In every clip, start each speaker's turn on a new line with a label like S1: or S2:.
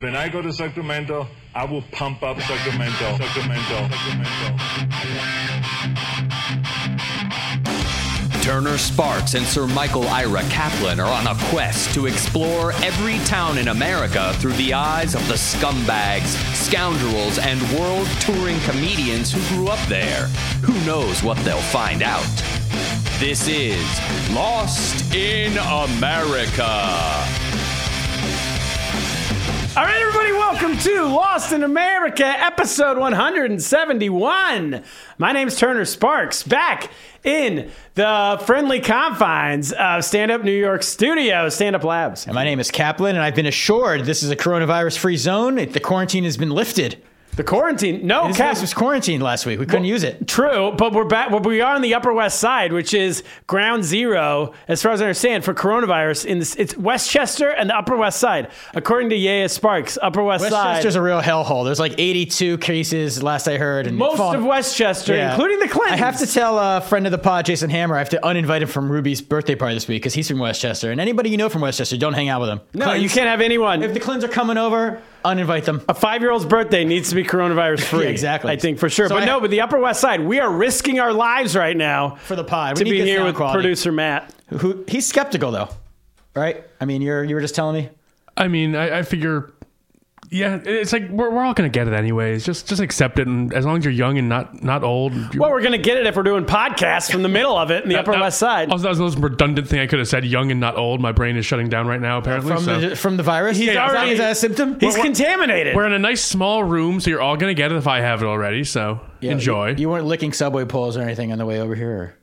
S1: When I go to Sacramento, I will pump up Sacramento, Sacramento, Sacramento.
S2: Turner Sparks and Sir Michael Ira Kaplan are on a quest to explore every town in America through the eyes of the scumbags, scoundrels, and world touring comedians who grew up there. Who knows what they'll find out? This is Lost in America.
S3: All right, everybody, welcome to Lost in America, episode 171. My name's Turner Sparks, back in the friendly confines of Stand Up New York Studio, Stand Up Labs.
S4: And my name is Kaplan, and I've been assured this is a coronavirus free zone. The quarantine has been lifted.
S3: The quarantine? No,
S4: this
S3: Cap-
S4: place was quarantined last week. We couldn't
S3: Well,
S4: use it.
S3: True, but we're back. Well, we are on the Upper West Side, which is ground zero, as far as I understand, for coronavirus. In this, it's Westchester and the Upper West Side, according to Yaya Sparks. Upper West Side.
S4: Westchester's a real hellhole. There's like 82 cases last I heard, and
S3: most
S4: falling-
S3: of Westchester,
S4: Yeah.
S3: including the Clintons.
S4: I have to tell a friend of the pod, Jason Hammer, I have to uninvite him from Ruby's birthday party this week because he's from Westchester. And anybody you know from Westchester, don't hang out with him.
S3: No, you can't have anyone.
S4: If the Clintons are coming over, uninvite them.
S3: a five-year-old's birthday needs to be coronavirus free.
S4: Yeah, exactly.
S3: I think for sure.
S4: So
S3: but
S4: I-
S3: no, but the Upper West Side, we are risking our lives right now
S4: For the pod.
S3: to
S4: We need
S3: be
S4: good
S3: here
S4: sound
S3: with
S4: quality.
S3: producer Matt.
S4: Who he's skeptical though, right? I mean, you're you were just telling me.
S5: I mean, I, I figure, yeah, it's like we're, we're all gonna get it anyways. Just just accept it, and as long as you're young and not not old. you-
S3: Well, we're gonna get it if we're doing podcasts from the middle of it in the Upper
S5: that-
S3: West Side.
S5: Also, that was the most redundant thing I could have said. Young and not old. My brain is shutting down right now. Apparently,
S4: From
S5: so.
S4: the from the virus.
S3: He's
S4: Is that-
S3: already-
S4: is that a symptom?
S3: He's contaminated.
S5: we're in a nice small room, so you're all gonna get it if I have it already. So enjoy.
S4: You, you weren't licking subway poles or anything on the way over here.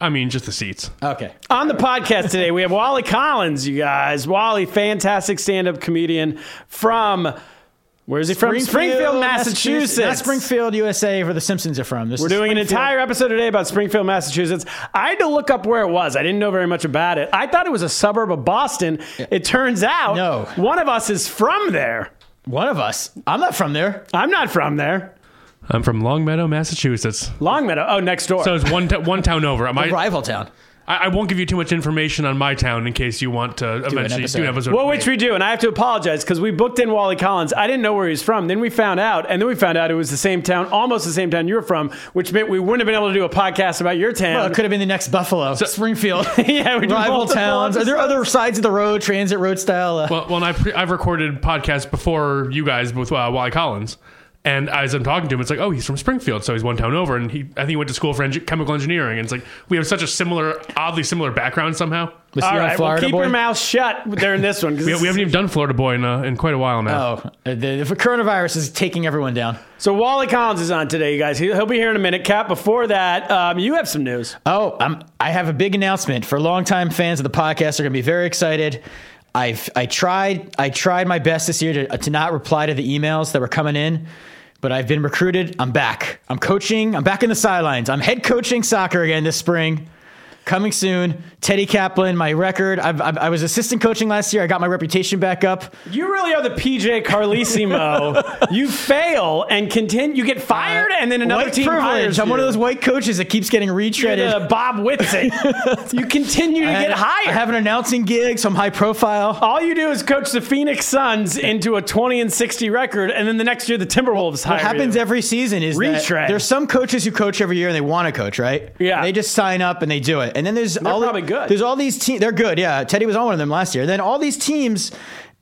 S5: I mean, just the seats.
S4: Or... Okay.
S3: On the podcast today, we have Wally Collins, you guys. Wally, fantastic stand up comedian from, where's he from? Springfield, Massachusetts.
S4: Not Springfield, USA, where the Simpsons are from. This
S3: We're doing an entire episode today about Springfield, Massachusetts. I had to look up where it was. I didn't know very much about it. I thought it was a suburb of Boston. It turns out
S4: No.
S3: one of us is from there.
S4: One of us. I'm not from there.
S3: I'm not from there.
S5: I'm from Longmeadow, Massachusetts.
S3: Longmeadow. Oh, next door.
S5: So it's one t- one town over. Am I, I
S4: Rival town.
S5: I won't give you too much information on my town in case you want to eventually
S4: episode.
S5: do an episode.
S3: well,
S5: with
S3: which
S5: me.
S3: we do, and I have to apologize because we booked in Wally Collins. I didn't know where he was from. Then we found out, and then we found out it was the same town, almost the same town you were from, which meant we wouldn't have been able to do a podcast about your town.
S4: Well, it could have been the next Buffalo. Springfield.
S3: Uh, Yeah, we do
S4: Rival
S3: multiple
S4: towns. Are there
S3: episodes.
S4: other sides of the road, transit road style? Uh,
S5: Well, well and I pre- I've recorded podcasts before you guys with uh, Wally Collins. And as I'm talking to him, it's like, oh, he's from Springfield, so he's one town over. And he, I think he went to school for eng- chemical engineering. And it's like, we have such a similar, oddly similar background somehow.
S4: Miss
S3: All
S4: Leon,
S3: right, well,
S4: Florida
S3: keep
S4: boy?
S3: your mouth shut during this one. 'cause
S5: We, we
S3: this-
S5: haven't even done Florida Boy in, uh, in quite a while now.
S4: Oh, the, the coronavirus is taking everyone down.
S3: So Wally Collins is on today, you guys. He- He'll be here in a minute. Cap, before that, um, you have some news.
S4: Oh, I'm, I have a big announcement for longtime fans of the podcast. Are going to be very excited. I've I tried I tried my best this year to to not reply to the emails that were coming in, but I've been recruited. I'm back. I'm coaching. I'm back in the sidelines. I'm head coaching soccer again this spring. Coming soon, Teddy Kaplan. My record. I've, I've, I was assistant coaching last year. I got my reputation back up.
S3: You really are the PJ Carlissimo. you fail and continue. You get fired, and then another
S4: white
S3: team
S4: privilege.
S3: hires
S4: I'm one of
S3: you.
S4: those white coaches that keeps getting
S3: You're
S4: retreaded.
S3: the Bob Whitsick. you continue to
S4: I had-
S3: get hired.
S4: I have an announcing gig, so I'm high profile.
S3: All you do is coach the Phoenix Suns into a 20 and 60 record, and then the next year the Timberwolves hire
S4: What happens
S3: you.
S4: every season is that
S3: Retread.
S4: there's some coaches who coach every year and they want to coach, right?
S3: Yeah.
S4: They just sign up and they do it. And then there's all
S3: probably good.
S4: There's all these teams. They're good. Yeah. Teddy was on one of them last year. Then all these teams.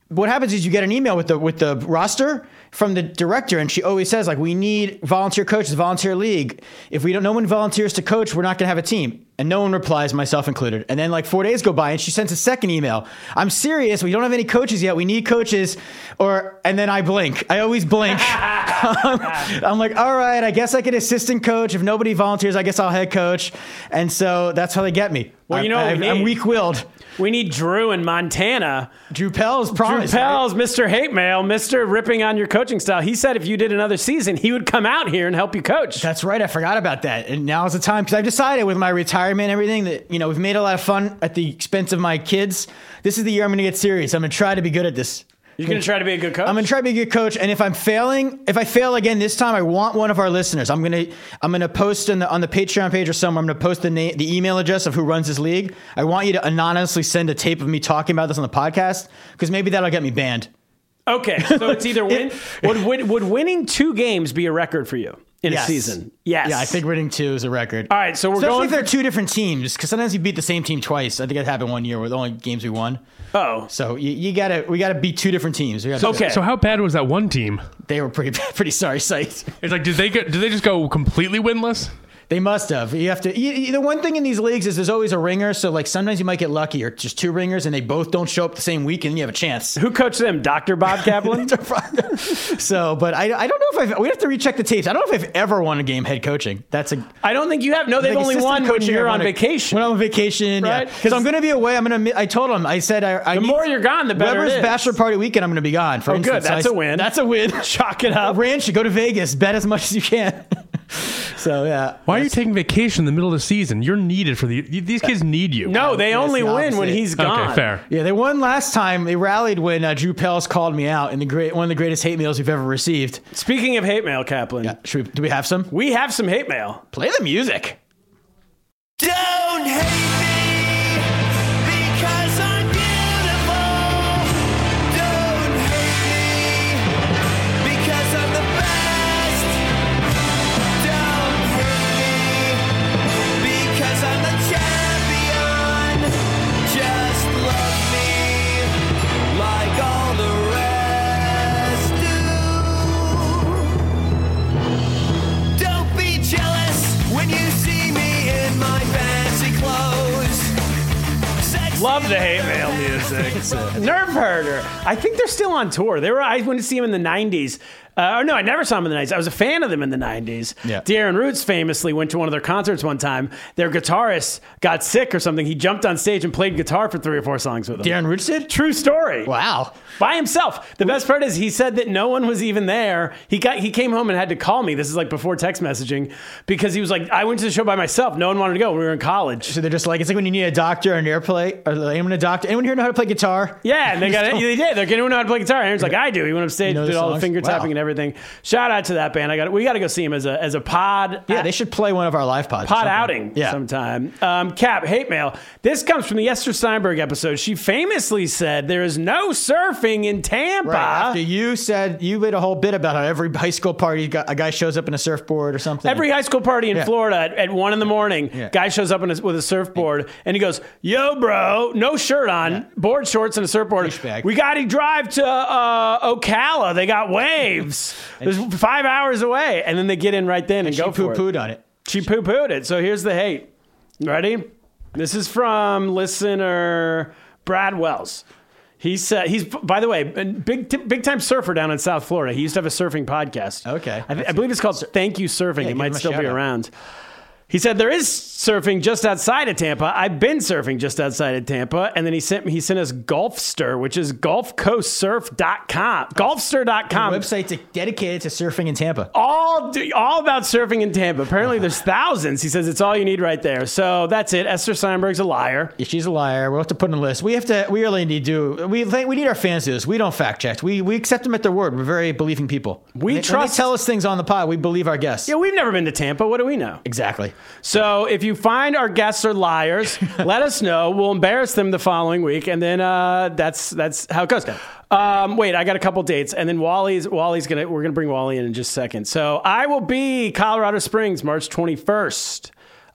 S4: What happens is you get an email with the with the roster from the director, and she always says like, "We need volunteer coaches, volunteer league. If we don't, no one volunteers to coach, we're not going to have a team." And no one replies, myself included. And then like four days go by, and she sends a second email. I'm serious. We don't have any coaches yet. We need coaches. Or and then I blink. I always blink. I'm like, all right, I guess I can assistant coach. If nobody volunteers, I guess I'll head coach. And so that's how they get me.
S3: Well, you know what
S4: I,
S3: we
S4: am
S3: need?
S4: weak willed.
S3: we need Drew in Montana.
S4: Drew Pell's promise.
S3: Drew Pell's Mr. Hate Mail, Mr. Ripping on Your Coaching Style. He said if you did another season, he would come out here and help you coach.
S4: That's right. I forgot about that. And now is the time because I've decided with my retirement and everything that, you know, we've made a lot of fun at the expense of my kids. This is the year I'm going to get serious. I'm going to try to be good at this.
S3: You're going to try to be a good coach?
S4: I'm gonna try to be a good coach, and if I'm failing, if I fail again this time, I want one of our listeners. I'm gonna I'm gonna post on the on the Patreon page or somewhere. I'm gonna post the name, the email address of who runs this league. I want you to anonymously send a tape of me talking about this on the podcast because maybe that'll get me banned.
S3: Okay, so it's either win. would, would would winning two games be a record for you in
S4: Yes.
S3: a season? Yes.
S4: Yeah, I think winning two is a record.
S3: All right, so we're
S4: Especially
S3: going.
S4: if they're two different teams, because sometimes you beat the same team twice. I think that happened one year with only games we won.
S3: oh,
S4: So you, you gotta we gotta beat two different teams. We gotta,
S3: okay.
S5: So how bad was that one team?
S4: they were pretty pretty sorry sight.
S5: It's like did they go, did they just go completely winless?
S4: They must have. You have to. You, you- the one thing in these leagues is there's always a ringer. So like sometimes you might get lucky, or just two ringers, and they both don't show up the same week, and you have a chance.
S3: who coached them? Doctor Bob Kaplan.
S4: so, but I, I don't know if I've. We have to recheck the tapes. I don't know if I've ever won a game head coaching. That's a
S3: I don't think you have. No, they've
S4: Like
S3: only
S4: assistant
S3: won when
S4: coaching,
S3: you're
S4: I
S3: on
S4: wanna-
S3: vacation.
S4: When I'm on vacation,
S3: Right?
S4: right? Because I'm going to be away. I'm going to. I told him. I said. I, I
S3: the
S4: need-
S3: more you're gone, the better.
S4: Weber's
S3: it is.
S4: bachelor party weekend. I'm going to be gone. For
S3: Oh,
S4: instance.
S3: good. That's
S4: a
S3: a win. That's a win. Chalk it up.
S4: Ranch. Go to Vegas. Bet as much as you can. so yeah.
S5: Why are you taking vacation in the middle of the season? You're needed for the these kids need you.
S3: No, they only
S4: the
S3: win when
S4: opposite.
S3: he's
S5: okay,
S3: gone.
S5: fair.
S4: Yeah, they won last time. They rallied when uh, Drew Pels called me out in the great one of the greatest hate mails we've ever received.
S3: Speaking of hate mail, Kaplan,
S4: Should we, do we have some?
S3: we have some hate mail.
S4: Play the music.
S6: Don't hate me because I'm beautiful. Don't hate me because I'm the best. Don't hate me because I'm the champion. Just love me like all the rest do. Don't be jealous when you see me in my fancy clothes. Sexy
S3: Love the hate mail music. Nerve herder. I think they're still on tour. They were. I went to see them in the '90s. Uh, or no, I never saw them in the '90s. I was a fan of them in the '90s.
S4: Yeah.
S3: Darren Roots famously went to one of their concerts one time. Their guitarist got sick or something. He jumped on stage and played guitar for three or four songs with them.
S4: Darren Roots did.
S3: True story.
S4: Wow.
S3: By himself. The best part is he said that no one was even there. He got he came home and had to call me. This is like before text messaging because he was like, I went to the show by myself. No one wanted to go. We were in college.
S4: So they're just like it's like when you need a doctor or an airplane or like, anyone a doctor. Anyone here know how to play guitar?
S3: Yeah, and they got it. They did. They're going to know how to play guitar. Aaron's like, I do. He went upstage,
S4: You know
S3: did
S4: the
S3: all the
S4: songs?
S3: finger tapping
S4: Wow.
S3: and everything. Shout out to that band. I got. We got to go see him as a as a pod.
S4: Yeah, they should play one of our live pods. or
S3: Pod
S4: something.
S3: outing
S4: Yeah.
S3: sometime. Um, Cap, hate mail. This comes from the Esther Steinberg episode. She famously said, There is no surfing in Tampa.
S4: Right. After you said you made a whole bit about how every high school party got, a guy shows up in a surfboard or something.
S3: Every high school party in
S4: Yeah.
S3: Florida at, at one in the morning,
S4: Yeah.
S3: guy shows up in a, with a surfboard and he goes, "Yo, bro, no shirt on, board shorts and a surfboard.
S4: Douchebag.
S3: We got to drive to uh, Ocala. They got waves. There's five hours away, and then they get in right then and, go
S4: she poo
S3: for it.
S4: pooed on it.
S3: She poo pooed it. So here's the hate. Ready? This is from listener Brad Wells. He said he's by the way a big big time surfer down in South Florida. He used to have a surfing podcast.
S4: Okay.
S3: I, th- I believe it's called Thank You Surfing. it
S4: give him
S3: might
S4: a
S3: still be
S4: shout out.
S3: around. He said there is surfing just outside of Tampa. I've been surfing just outside of Tampa, and then he sent he sent us Golfster, which is GulfCoastSurf.com, Golfster.com.
S4: Website to, dedicated to surfing in Tampa.
S3: all all about surfing in Tampa. Apparently, there's thousands. He says it's all you need right there. So that's it. Esther Steinberg's a liar.
S4: Yeah, she's a liar. We'll have to put in a list. We have to. We really need to. We think we need our fans to do this. We don't fact check. We we accept them at their word. We're very believing people. When they- when
S3: trust-
S4: They tell us things on the pod. We believe our guests.
S3: Yeah, we've never been to Tampa. What do we know?
S4: Exactly.
S3: So if you find our guests are liars, let us know. We'll embarrass them the following week, and then uh, that's that's how it goes. Um, wait, I got a couple dates, and then Wally's Wally's gonna we're gonna bring Wally in in just a second. So I will be Colorado Springs March twenty first.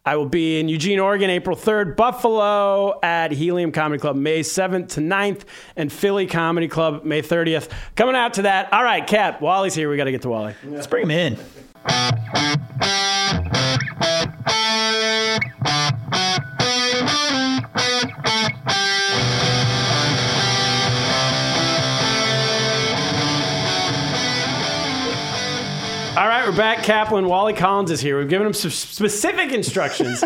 S3: I will be in Eugene, Oregon, April 3rd, Buffalo at Helium Comedy Club, May 7th to 9th, and Philly Comedy Club, May 30th. Coming out to that. All right, Cap, Wally's here. We got to get to Wally.
S4: Let's bring them in.
S3: All right, we're back. Kaplan, Wally Collins is here. We've given him some specific instructions.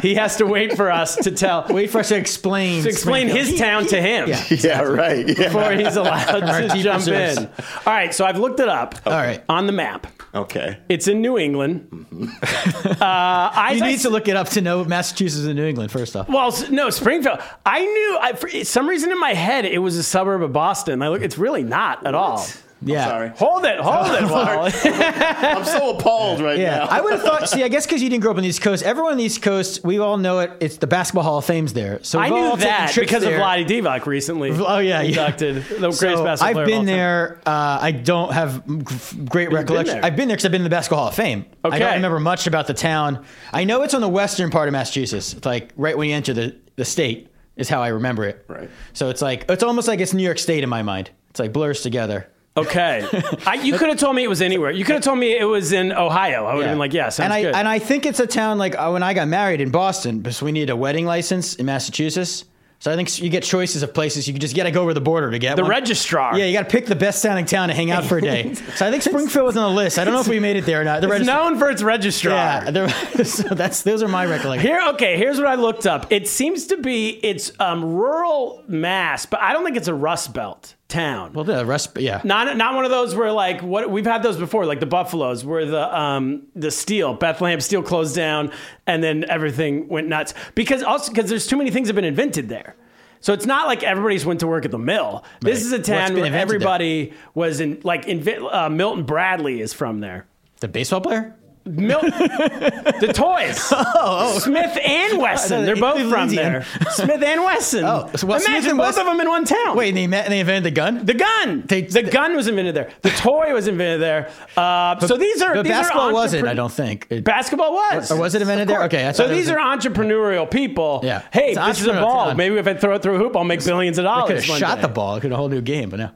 S3: he has to wait for us to tell,
S4: Wait for us to explain.
S3: to explain his town to him
S7: Yeah, right. Yeah.
S3: before he's allowed to
S4: deep
S3: jump
S4: reserves.
S3: in. All right, so I've looked it up
S4: All right.
S3: on the map.
S7: okay.
S3: It's in New England. uh, as
S4: You
S3: I
S4: need Mm-hmm. to look it up to know Massachusetts and New England first off.
S3: Well, s- no, Springfield. I knew I, for some reason in my head it was a suburb of Boston. I look, it's really not at all.
S4: Yeah.
S7: Sorry.
S3: Hold it, hold it, Wall.
S7: I'm so appalled right
S4: Yeah,
S7: now.
S4: I would have thought. See, I guess because you didn't grow up on the East Coast, everyone on the East Coast, we all know it. It's the Basketball Hall of Fame's there, so
S3: I
S4: we've all
S3: knew
S4: taken
S3: that
S4: trips
S3: because
S4: there.
S3: of Lottie Divac recently.
S4: Oh yeah,
S3: inducted
S4: yeah.
S3: the greatest
S4: So
S3: basketball player
S4: I've
S3: of all
S4: been
S3: time.
S4: there. Uh, I don't have g- great recollection.
S3: there.
S4: I've been there because I've been in the Basketball Hall of Fame. I
S3: Okay.
S4: don't remember much about the town. I know it's on the western part of Massachusetts. It's like right when you enter the, the state is how I remember it.
S7: Right.
S4: So it's like it's almost like it's New York State in my mind. It's like blurs together.
S3: Oh, Okay, I, you could have told me it was anywhere. You could have told me it was in Ohio. I would have been like, yeah, sounds
S4: and I
S3: good.
S4: and I think it's a town like uh, when I got married in Boston because we need a wedding license in Massachusetts. So I think you get choices of places. You just got to go over the border to get
S3: the
S4: one.
S3: registrar.
S4: Yeah, you got to pick the best sounding town to hang out for a day. so I think Springfield was on the list. I don't know if we made it there or not. The
S3: it's
S4: register-
S3: known for its registrar.
S4: Yeah, there- so that's those are my recollections.
S3: Here, okay, here's what I looked up. It seems to be it's um, rural Mass, but I don't think it's a Rust Belt town.
S4: Well, the rest, yeah.
S3: not not one of those where like what we've had those before, like the Buffaloes, where the um the steel Bethlehem steel closed down, and then everything went nuts because also because there's too many things have been invented there. So it's not like everybody's went to work at the mill. This
S4: Right.
S3: is a
S4: What's
S3: town
S4: been
S3: where
S4: invented there?
S3: everybody was in like invi- uh, Milton Bradley is from there.
S4: The baseball player?
S3: Milton, the toys,
S4: Oh,
S3: Smith and Wesson, they're both from
S4: Indian.
S3: there. Smith and Wesson.
S4: Oh, so what,
S3: imagine
S4: Smith and
S3: both
S4: Wesson-
S3: of them in one town.
S4: Wait, and they, met, and they invented the gun?
S3: The gun.
S4: They-
S3: the gun was invented there. The toy was invented there. Uh, so these are.
S4: But
S3: these
S4: basketball
S3: are
S4: wasn't,
S3: entrepre-
S4: I don't think. It-
S3: Basketball was.
S4: or was it invented there? Okay, I
S3: So
S4: thought it
S3: these
S4: was a-
S3: are entrepreneurial people.
S4: Yeah.
S3: Hey,
S4: It's
S3: this is a
S4: entrepreneurial
S3: ball.
S4: town.
S3: Maybe if I throw it through a hoop, I'll make billions of dollars.
S4: Could have
S3: one
S4: shot
S3: day.
S4: the ball. Could have a whole new game, but no.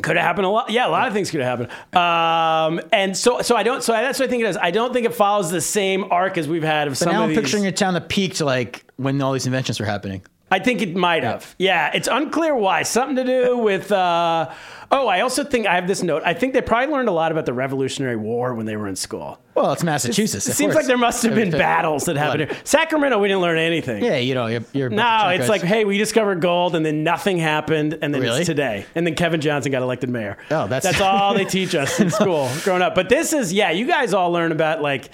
S3: Could have happened a lot. Yeah, a lot of things could have happened. Um, and so, so I don't. So that's what I think it is. I don't think it follows the same arc as we've had of
S4: But
S3: some
S4: now
S3: of
S4: I'm
S3: these.
S4: picturing a town that peaked like when all these inventions were happening.
S3: I think it might have. Yeah, it's unclear why. Something to do with. Uh, oh, I also think I have this note. I think they probably learned a lot about the Revolutionary War when they were in school.
S4: Well, it's Massachusetts.
S3: It
S4: of
S3: seems
S4: course.
S3: like there must have been
S4: Everything-
S3: battles that happened here. Sacramento, we didn't learn anything.
S4: Yeah, you know, you're. you're
S3: No, it's like, hey, we discovered gold, and then nothing happened, and then
S4: Really?
S3: it's today, and then Kevin Johnson got elected mayor.
S4: Oh, that's-
S3: that's all they teach us in school growing up. But this is, yeah, you guys all learn about like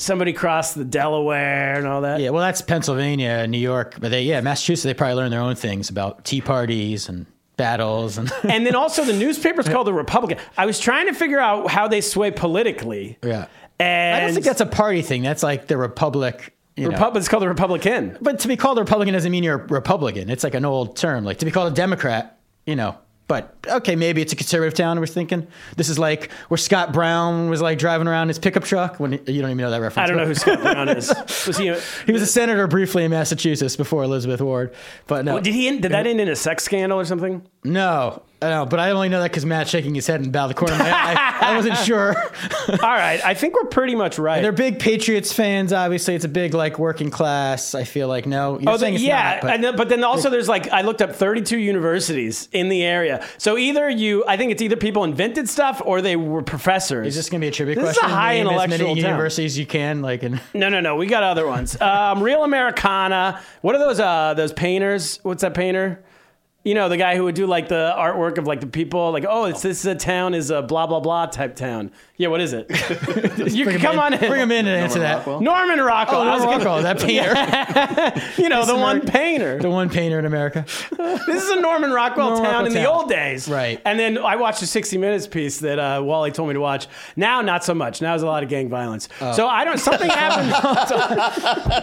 S3: somebody crossed the Delaware and all that.
S4: Yeah, well, that's Pennsylvania and New York, but they yeah, Massachusetts. They probably learn their own things about tea parties and battles and
S3: And then also the newspaper's called the Republican. I was trying to figure out how they sway politically.
S4: yeah.
S3: And
S4: I don't think that's a party thing. That's like the Republic. You know.
S3: Repub- it's called the Republican.
S4: but to be called a Republican doesn't mean you're a Republican. It's like an old term. Like to be called a Democrat, you know. But okay, maybe it's a conservative town. We're thinking this is like where Scott Brown was like driving around his pickup truck when you don't even know that reference.
S3: I don't know who Scott Brown is. Was he? a-
S4: He was a senator briefly in Massachusetts before Elizabeth Ward, but no,
S3: Did he? End, did that end in a sex scandal or something?
S4: no, I know. But I only know that because Matt's shaking his head in about the corner. Of my eye. I wasn't sure.
S3: All right, I think we're pretty much right.
S4: They're big Patriots fans, obviously. It's a big like working class. I feel like no, you're
S3: Oh,
S4: saying
S3: the-
S4: it's
S3: yeah,
S4: not, but
S3: and then, but then also there's like I looked up 32 universities in the area. So either you, I think it's either people invented stuff or they were professors.
S4: is this going to be a trivia
S3: This is
S4: question?
S3: a high
S4: Name as
S3: intellectual
S4: many
S3: town.
S4: universities you can like, and
S3: No, no, no. We got other ones. Um, Real Americana. What are those? Uh, those painters. What's that painter? You know, the guy who would do like the artwork of like the people, like, oh, it's this is a town is a blah blah blah type town. Yeah, what is it? you can come on in.
S4: bring them in and answer that.
S7: Rockwell?
S3: Norman Rockwell.
S4: Oh,
S3: I was
S4: Norman
S3: gonna-
S4: Rockwell, that painter,
S3: you know, the one
S4: American-
S3: painter.
S4: the one painter in America.
S3: This is a Norman Rockwell
S4: Norman
S3: town
S4: Rockwell
S3: in
S4: town.
S3: the old days.
S4: Right.
S3: And then I watched a 60 Minutes piece that uh, Wally told me to watch. Now, not so much. Now there's a lot of gang violence.
S4: Oh.
S3: So I don't, something happened.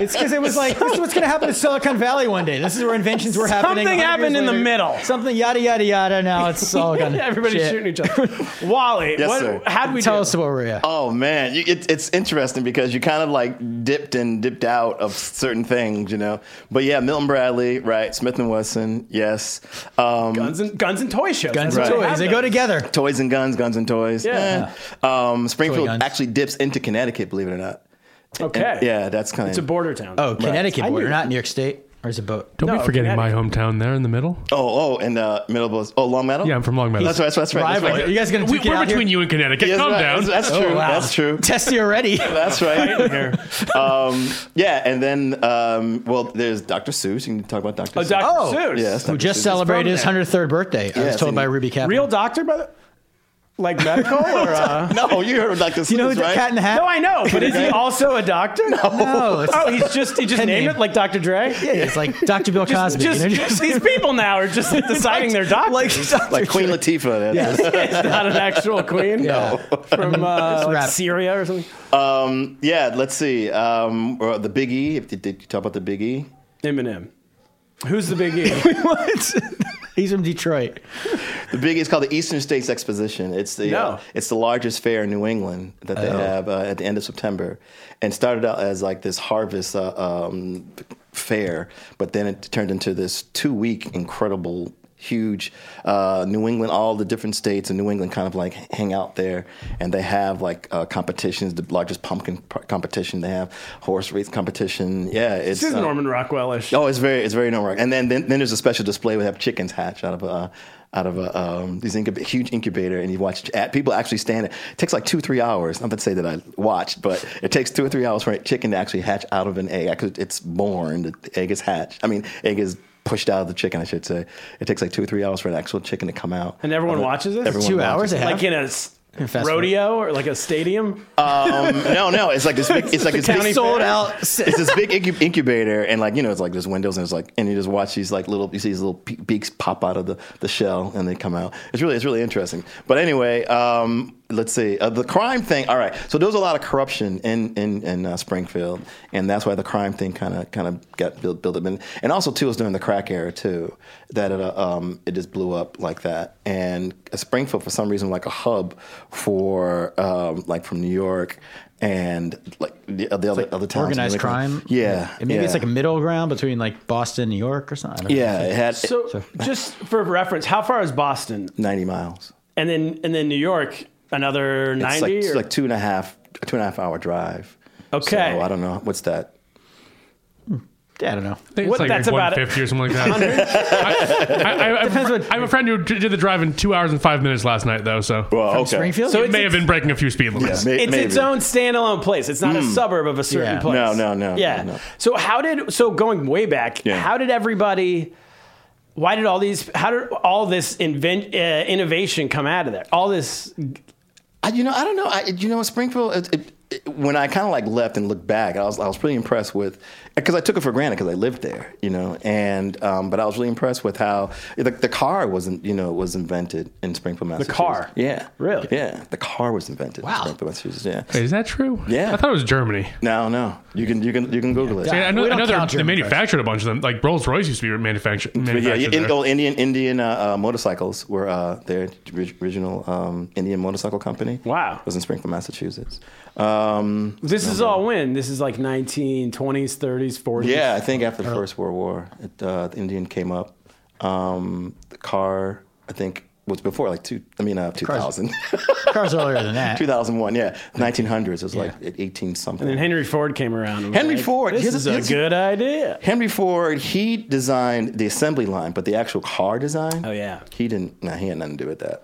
S4: It's because it was like this is what's going to happen to Silicon Valley one day. This is where inventions were happening.
S3: Something
S4: 100 years
S3: happened in the
S4: later.
S3: middle.
S4: Something yada yada yada. Now it's all gonna
S3: Everybody's
S4: shit.
S3: shooting each other. Wally,
S7: Yes, sir.
S3: what, how'd we
S4: Tell
S3: do?
S4: us what we're at.
S7: Oh man, you, it, it's interesting because you kind of like dipped and dipped out of certain things, you know. But yeah, Milton Bradley, right? Smith and Wesson, yes. Um,
S3: guns, and, guns and toy shows.
S4: Guns
S3: That's
S4: and
S3: what
S4: toys.
S3: have
S4: They
S3: those.
S4: go together.
S7: toys and guns, guns and toys.
S3: Yeah.
S7: Eh. Um, Springfield
S4: guns.
S7: actually dips into Connecticut, believe it or not.
S3: Okay.
S7: Yeah, that's kind of
S3: It's a border town.
S4: Oh, Connecticut
S3: I
S4: border,
S3: knew-
S4: not New York State. Or is it boat?
S5: Don't
S3: No,
S5: be forgetting my hometown there in the middle.
S7: Oh, oh, and uh, Middleborough. Oh, Long Meadow.
S5: Yeah, I'm from Long Meadow.
S7: That's right. That's right. That's right.
S4: Rival. Are you guys going to
S5: we,
S4: tweak it
S5: are
S4: out here?
S5: between you and Connecticut.
S7: Yes,
S5: Calm
S7: right.
S5: down.
S7: That's, that's true.
S4: wow.
S7: That's true.
S4: Testy already.
S7: That's right.
S3: Here.
S7: um, yeah, and then um, well, there's Dr. Seuss. You can talk about Dr.
S3: Oh,
S7: Seuss.
S3: Dr.
S4: Oh.
S3: Seuss.
S7: Yes,
S4: who just celebrated his
S3: there.
S4: 103rd birthday. I
S7: Yeah,
S4: was
S7: it's
S4: told
S7: in-
S4: by Ruby Kaplan.
S3: Real doctor, brother? like medical or? Uh...
S7: No, you heard of Dr. Seuss,
S4: You know who's
S7: right?
S4: the cat in the hat?
S3: No, I know, but is he
S7: Okay.
S3: also a doctor?
S4: No, it's,
S3: Oh, he's just he just
S4: Pen
S3: named
S4: name.
S3: it like Dr. Dre.
S4: it's like Dr. Bill Cosby.
S3: Just,
S4: you know,
S3: just- these people now are just deciding they're doctors.
S4: like,
S7: like Queen Latifah. That's
S3: it's not an actual queen. No. From uh, like
S4: rap.
S3: Syria or something.
S7: Um, yeah, let's see. Um, or the Big E. If, did, did you talk about the Big E?
S3: Eminem. Who's the big E?
S4: what? He's from Detroit.
S7: The Big E is called the Eastern States Exposition. It's the
S3: No. Oh.
S7: uh, it's the largest fair in New England that they have uh, at the end of September, and started out as like this harvest uh, um, fair, but then it turned into this two week incredible. Huge uh, New England, all the different states in New England kind of like hang out there, and they have like uh, competitions. The largest pumpkin p- competition they have, horse race competition. Yeah, it's
S3: This is
S7: uh,
S3: Norman Rockwellish.
S7: Oh, it's very it's very normal. And then then, then there's a special display where they have chickens hatch out of a uh, out of a um, these incub- huge incubator, and you watch at, people actually stand. It takes like two three hours. Not to say that I watched, but it takes two or three hours for a chicken to actually hatch out of an egg. Actually, it's born. The egg is hatched. I mean, egg is. Pushed out of the chicken, I should say. It takes like two or three hours for an actual chicken to come out.
S3: And everyone watches this?
S7: Everyone
S4: Two
S7: watches
S4: hours
S7: it.
S4: a half.
S3: Like in a s-
S4: festival.
S3: rodeo or like a stadium?
S7: Um, no, no, it's like this big. It's like this
S3: county
S7: big
S3: Sold fair.
S4: out.
S7: It's this big incu- incubator, and like you know, it's like there's windows, and it's like, and you just watch these like little, you see these little pe- beaks pop out of the, the shell, and they come out. It's really, it's really interesting. But anyway, um, let's see uh, the crime thing. All right, so there was a lot of corruption in in, in uh, Springfield, and that's why the crime thing kind of kind of got built built up, and, and also too it was during the crack era too that it uh, um, it just blew up like that, and uh, Springfield for some reason like a hub for um, like from New York. And like the, the other other towns, in New
S4: Organized
S7: York.
S4: crime.
S7: Yeah,
S4: And maybe
S7: yeah.
S4: it's like a middle ground between like Boston and New York or something. I don't know.
S7: Yeah, it had
S3: So just for reference, how far is Boston?
S7: 90 miles.
S3: And then and then New York, another
S7: It's
S3: 90
S7: like,
S3: or-
S7: like two and a half, a two and a half hour drive.
S3: Okay.
S7: So I don't know. What's that?
S4: Yeah, I don't know.
S5: think it's
S3: What-
S5: like
S3: that's about it.
S5: 150 or something like that. I, I, I, have a fr- I have a friend who d- did the drive in two hours and five minutes last night, though. So
S7: Well, okay.
S4: Springfield.
S3: So
S5: it may have been breaking a few speed
S7: Yeah,
S5: limits.
S7: may-
S3: it's its
S7: maybe.
S3: own standalone place. It's not a suburb of a certain
S4: Yeah.
S3: place.
S7: No, no, no, no,
S3: Yeah.
S7: no.
S3: So how did so going way back?
S7: Yeah.
S3: How did everybody? Why did all these? How did all this invent uh, innovation come out of there? All this.
S7: I, you know, I don't know. I, you know, Springfield. It, it, it- when I kind of like left and looked back, I was I was pretty impressed with because I took it for granted because I lived there, you know. And um, but I was really impressed with how the, the car wasn't, you know, was invented in Springfield, Massachusetts.
S3: car?
S7: yeah,
S3: Really?
S7: yeah. The car was invented in
S4: Wow.
S7: Springfield, Massachusetts. Yeah.
S5: Is that true?
S7: Yeah.
S5: I thought it was Germany.
S7: No, no. You can you can you can Google it.
S5: Yeah, I know,
S4: We
S5: I
S4: don't
S5: know they're-
S4: count
S5: they
S4: German
S5: manufactured a bunch of them. Like Rolls Royce used to be manufactured.
S7: But yeah,
S5: manufactured
S7: yeah, in,
S5: there.
S7: oh, Indian Indian uh, uh, motorcycles were uh, their orig- original um, Indian motorcycle company.
S3: Wow.
S7: was in Springfield, Massachusetts. Um,
S3: This is all when this is like 1920s, 30s, 40s.
S7: yeah, I think after the First World War, it, uh, the Indian came up. Um, the car, I think, was before like two. I mean, uh, two thousand.
S4: Cars earlier than that.
S7: 2001, yeah, 1900s. It was like 18 something.
S3: And Henry Ford came around. and was
S7: Henry
S3: like,
S7: Ford,
S3: This
S7: here's a-
S3: is a
S7: here's a-
S3: good idea.
S7: Henry Ford, he designed the assembly line, but the actual car design.
S3: Oh, yeah.
S7: he didn't. No, he had nothing to do with that.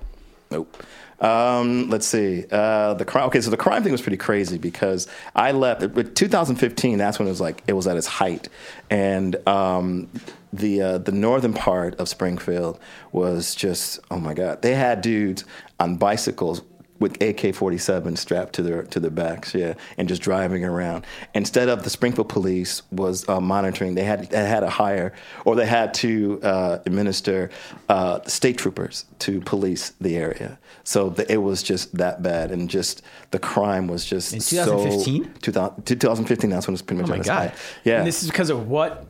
S7: Nope. Um, let's see. Uh, the crime. Okay, so the crime thing was pretty crazy because I left. But 2015, that's when it was like it was at its height, and um, the uh, the northern part of Springfield was just oh my god. They had dudes on bicycles with AK-47 strapped to their to their backs, yeah, and just driving around. Instead of the Springfield police was uh, monitoring, they had they had to hire or they had to uh, administer uh, state troopers to police the area. So the, it was just that bad, and just the crime was just in
S4: 2015?
S7: 2015. That's when it's pretty much.
S4: my
S7: at its
S4: God.
S7: height. Yeah.
S3: And this is because of what?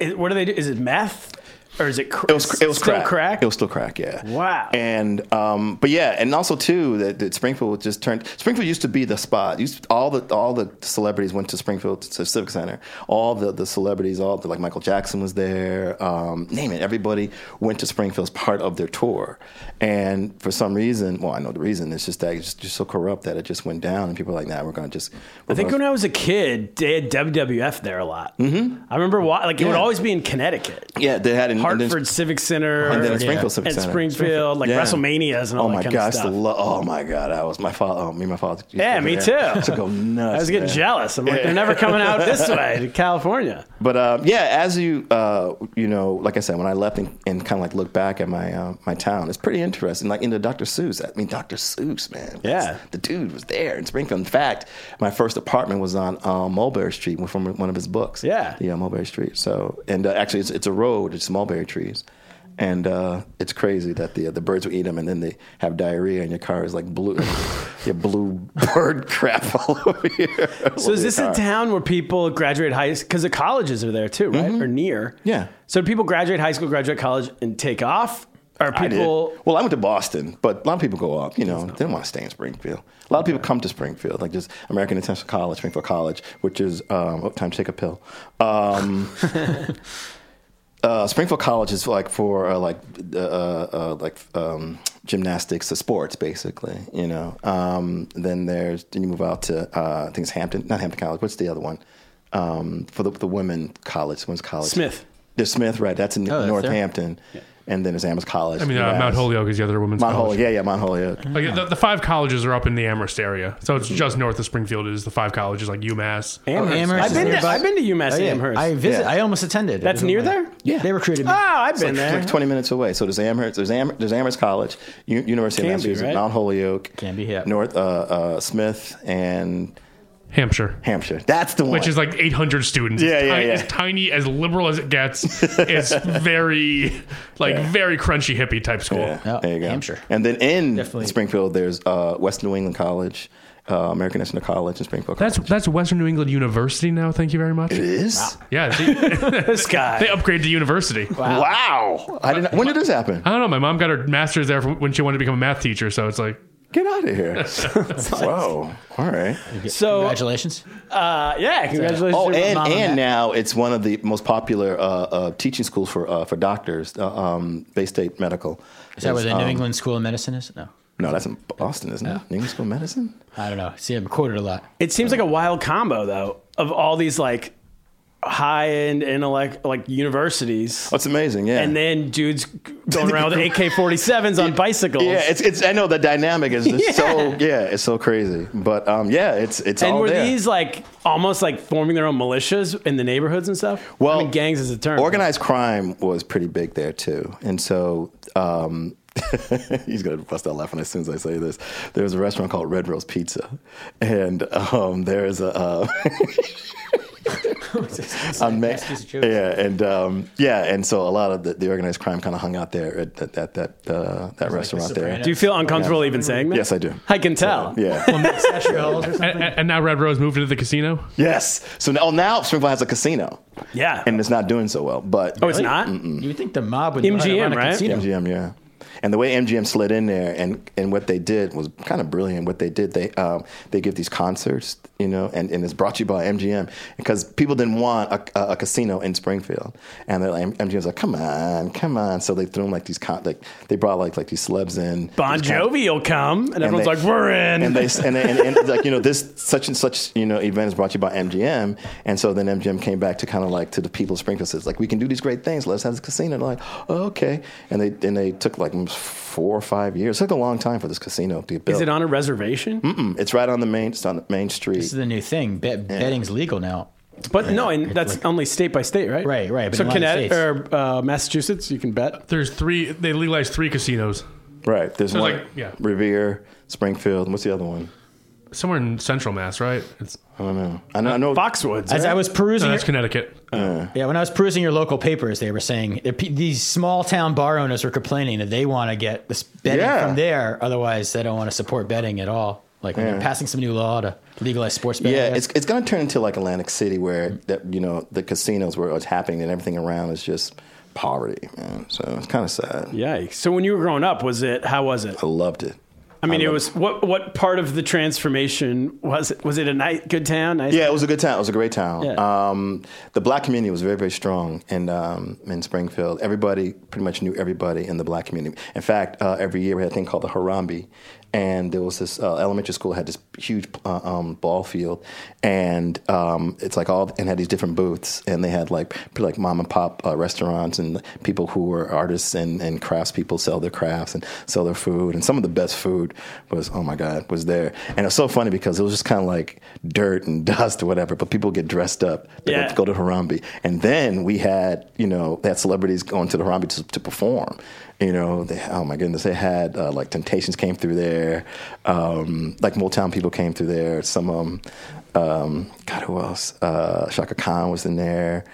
S3: is- What do they do? Is it meth? Or is it? Cr-
S7: It was it was
S3: still
S7: crack. It was still crack. Yeah.
S3: Wow.
S7: And um, but yeah, and also too that, that Springfield was just turned. Springfield used to be the spot. Used all the all the celebrities went to Springfield to Civic Center. All the the celebrities, all the, like Michael Jackson was there. Um, name it. Everybody went to Springfield as part of their tour. And for some reason, well, I know the reason. It's just that it's just so corrupt that it just went down, and people were like, nah, we're gonna just.
S3: I think when I was a kid, they had WWF there a lot. Mm-hmm. I remember why, like it would
S7: Yeah.
S3: always be in Connecticut.
S7: yeah, they had in and
S3: Hartford
S7: then-
S3: Civic Center
S7: and then at
S4: yeah.
S7: Springfield Civic
S3: at
S7: Center.
S3: Springfield, like
S7: Yeah.
S3: WrestleManias and all
S7: oh
S3: that
S7: my
S3: kind of
S7: gosh,
S3: stuff.
S7: the lo- oh my god, I was my father. Oh, me and my father. used to
S3: Yeah,
S7: go
S3: me
S7: there.
S3: too.
S7: Used To go nuts.
S3: I was getting
S7: man.
S3: jealous. I'm like, they're never coming out this way to California.
S7: But uh, yeah, as you uh, you know, like I said, when I left and, and kind of like look back at my uh, my town, it's pretty interesting. Like into Dr. Seuss. I mean, Dr. Seuss, man.
S3: Yeah.
S7: the dude was there in Springfield. In fact, my first apartment was on um, Mulberry Street from one of his books.
S3: Yeah.
S7: yeah, Mulberry Street. So and uh, actually, it's, it's a road. It's mulberry trees. And uh, it's crazy that the the birds will eat them, and then they have diarrhea, and your car is like blue, your blue bird crap all over you.
S3: So is this a town where people graduate high school? Because the colleges are there too, right? Or near.
S7: Mm-hmm. Yeah.
S3: So do people graduate high school, graduate college, and take off? Are
S7: I did.
S3: people
S7: Well, I went to Boston, but a lot of people go up. You know, they don't want to stay in Springfield. A lot of people come to Springfield, like just American Intensive College, Springfield College, which is um, oh, time to take a pill. Um, uh, Springfield College is like for uh, like uh, uh, like um, gymnastics, uh, sports, basically. You know, um, then there's then you move out to uh, I think it's Hampton, not Hampton College. What's the other one? Um, for the, the women college, women's college.
S3: Smith.
S7: There's Smith, right? That's in
S4: that's there.
S7: Northampton. And then there's Amherst College.
S5: I mean, uh,
S7: Yes.
S5: Mount Holyoke is the other women's
S7: Mount
S5: college.
S7: Holyoke, yeah, yeah, Mount Holyoke. Mm-hmm.
S5: Like the, the five colleges are up in the Amherst area, so it's just north of Springfield. Is the five colleges like UMass?
S3: Amherst.
S4: Amherst
S3: I've
S4: is
S3: been to,
S4: nearby.
S3: I've been to UMass
S4: Oh, yeah.
S3: Amherst.
S4: I visit.
S7: Yeah.
S4: I almost attended.
S3: That's
S4: It was
S3: near
S4: my-
S3: there?
S7: Yeah.
S4: they recruited
S3: oh,
S4: me.
S3: I've been
S7: It's
S3: there.
S7: like 20 minutes away. So there's Amherst, there's, Am, there's Amherst College, U, University
S3: Canby,
S7: of Massachusetts,
S3: right?
S7: Mount Holyoke,
S4: Canby, yeah.
S7: North uh, uh, Smith, and
S5: Hampshire.
S7: Hampshire. That's the one.
S5: Which is like 800 students.
S7: Yeah,
S5: it's
S7: yeah,
S5: tiny,
S7: yeah.
S5: It's tiny, as liberal as it gets. It's very, like,
S7: Yeah.
S5: very crunchy hippie type school.
S7: yeah,
S3: Oh,
S4: Yeah,
S7: there you go.
S4: Hampshire.
S7: And then in
S4: Definitely.
S7: Springfield, there's uh, West New England College, uh, American National College in Springfield.
S5: That's
S7: College.
S5: that's Western New England University now. Thank you very much.
S7: it is.
S5: Yeah, they,
S3: This guy.
S5: they upgrade to university.
S7: Wow. I didn't. When did this happen?
S5: I don't know. My mom got her master's there from when she wanted to become a math teacher. So it's like,
S7: Get out of here. Whoa. All right.
S3: so
S4: Congratulations.
S3: uh, yeah, congratulations.
S7: Oh,
S3: to your
S7: and,
S3: mom
S7: and
S3: that.
S7: now it's one of the most popular uh, uh, teaching schools for uh, for doctors. Uh, um, Bay State Medical. um,
S4: Is that where the New England School of Medicine is? No,
S7: No, that's in Boston, isn't it? New England School of Medicine.
S4: I don't know. See, I'm quoted a lot.
S3: it seems like a wild combo though of all these like high end intellect like universities.
S7: That's Oh, amazing. Yeah.
S3: And then dudes going around with AK-47s on bicycles.
S7: yeah, it's, it's I know the dynamic is just so yeah, it's so crazy. But um, yeah, it's it's
S3: And
S7: all
S3: were
S7: there.
S3: these like almost like forming their own militias in the neighborhoods and stuff? I mean, gangs is a term.
S7: Organized crime was pretty big there too, and so um, he's gonna bust out laughing as soon as I say this. There was a restaurant called Red Rose Pizza, and um, there is a. Uh, on Ma-
S4: piece of jokes.
S7: yeah, and um, yeah, and so a lot of the, the organized crime kind of hung out there at that that that, uh, that restaurant there.
S4: Sopranos.
S3: Do you feel uncomfortable even saying that?
S7: Yes, I do.
S3: I can tell.
S7: Yeah.
S5: and, and now Red Rose moved into the casino.
S7: yes. So now, oh, now Springfield has a casino,
S3: Yeah.
S7: and Mm. it's not doing so well. But
S3: oh, it's not?
S4: You would think the mob would
S3: MGM,
S4: run a
S3: right?
S4: casino.
S7: MGM, yeah. And the way MGM slid in there, and, and what they did was kind of brilliant. What they did, they um, they give these concerts, you know, and, and it's brought to you by MGM because people didn't want a, a, a casino in Springfield, and they're like MGM's like, come on, come on. So they threw them like these con- like they brought like like these celebs in.
S3: Bon
S7: These kind of-
S3: Jovi will come, and everyone's
S7: they-
S3: like, "We're in."
S7: and they and, and, and, like you know this such and such you know event is brought to you by MGM, and so then MGM came back to kind of like to the people of Springfield says like we can do these great things. Let's have this casino. And they're like oh, okay, and they and they took like four or five years. It took a long time for this casino to get built.
S3: Is it on a reservation?
S7: It's right on the main. It's on the main street.
S4: This is the new thing. Bet, Betting's legal now.
S3: But no, and that's
S4: like-
S3: only state by state, right?
S4: Right, right, but
S3: so
S4: in a lot of
S3: Connecticut
S4: states.
S3: or uh, Massachusetts, you can bet.
S5: There's three, they legalized three casinos
S7: right. There's
S5: So,
S7: one.
S5: like, yeah.
S7: Revere, Springfield. and What's the other one?
S5: somewhere in central Mass, right? It's,
S7: I don't know. I know. I know
S3: Foxwoods.
S4: As I was perusing,
S5: no,
S4: your,
S5: that's Connecticut.
S4: yeah, when I was perusing your local papers, they were saying that pe- these small town bar owners were complaining that they want to get this betting
S7: Yeah.
S4: from there. Otherwise, they don't want to support betting at all. Like when they're passing some new law to legalize sports betting. I
S7: Yeah,
S4: guess.
S7: it's it's going to turn into like Atlantic City, where that you know the casinos where it's happening, and everything around is just poverty, man. So it's kind of sad.
S3: Yikes! So when you were growing up, was it? How was it?
S7: I loved it.
S3: I mean, it
S7: love-
S3: was what? What part of the transformation was it? Was it a night, good town? Nice
S7: Yeah, it was a good town. It was a great town.
S3: Yeah.
S7: Um, the black community was very, very strong in um, in Springfield. Everybody pretty much knew everybody in the black community. In fact, uh, every year we had a thing called the Harambe, and there was this uh, elementary school had this huge uh, um, ball field, and um, it's like all and had these different booths, and they had like pretty like mom and pop uh, restaurants and people who were artists and and craftspeople sell their crafts and sell their food, and some of the best food was oh my god was there, and it's so funny because it was just kind of like dirt and dust or whatever, but people get dressed up, they
S3: Yeah.
S7: go, go to Harambe, and then we had you know they had celebrities going to the Harambe to, to perform. You know, they, oh my goodness, they had uh, like Temptations came through there, um, like Motown people came through there. Some um, um, God, who else? Uh, Shaka Khan was in there.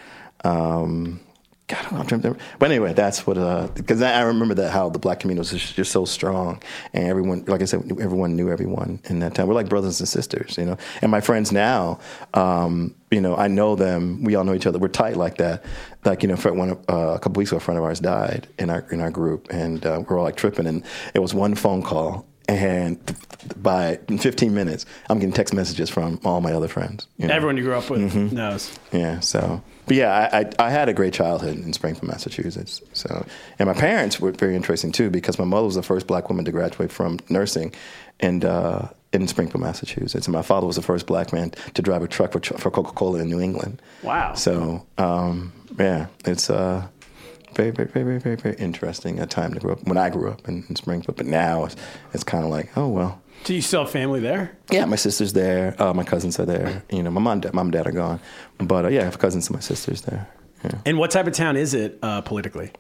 S7: Um, God, I'm trying to remember. But anyway, that's what because I I remember that how the black community was just, just so strong, and everyone, like I said, everyone knew everyone in that time. We're like brothers and sisters, you know. And my friends now, um, you know, I know them. We all know each other. We're tight like that. Like you know, for one of- uh, a couple weeks ago, a friend of ours died in our in our group, and uh, we're all like tripping. And it was one phone call, and by in 15 minutes, I'm getting text messages from all my other friends. you know.
S3: Everyone you grew up with
S7: Mm-hmm.
S3: knows.
S7: Yeah. So, but yeah, I, I, I had a great childhood in Springfield, Massachusetts. So, and my parents were very interesting too because my mother was the first black woman to graduate from nursing, and. Uh, in Springfield, Massachusetts, and my father was the first black man to drive a truck for, for Coca Cola in New England.
S3: Wow.
S7: So, um, yeah, it's uh, very, very, very, very, very, very interesting a time to grow up when I grew up in, in Springfield. But now it's, it's kind of like, oh well,
S3: Do you still have family there?
S7: yeah, my sister's there. Uh, my cousins are there. You know, my mom, and dad, mom and dad are gone, but uh, yeah, I have cousins and my sister's there. Yeah.
S3: And what type of town is it uh, politically?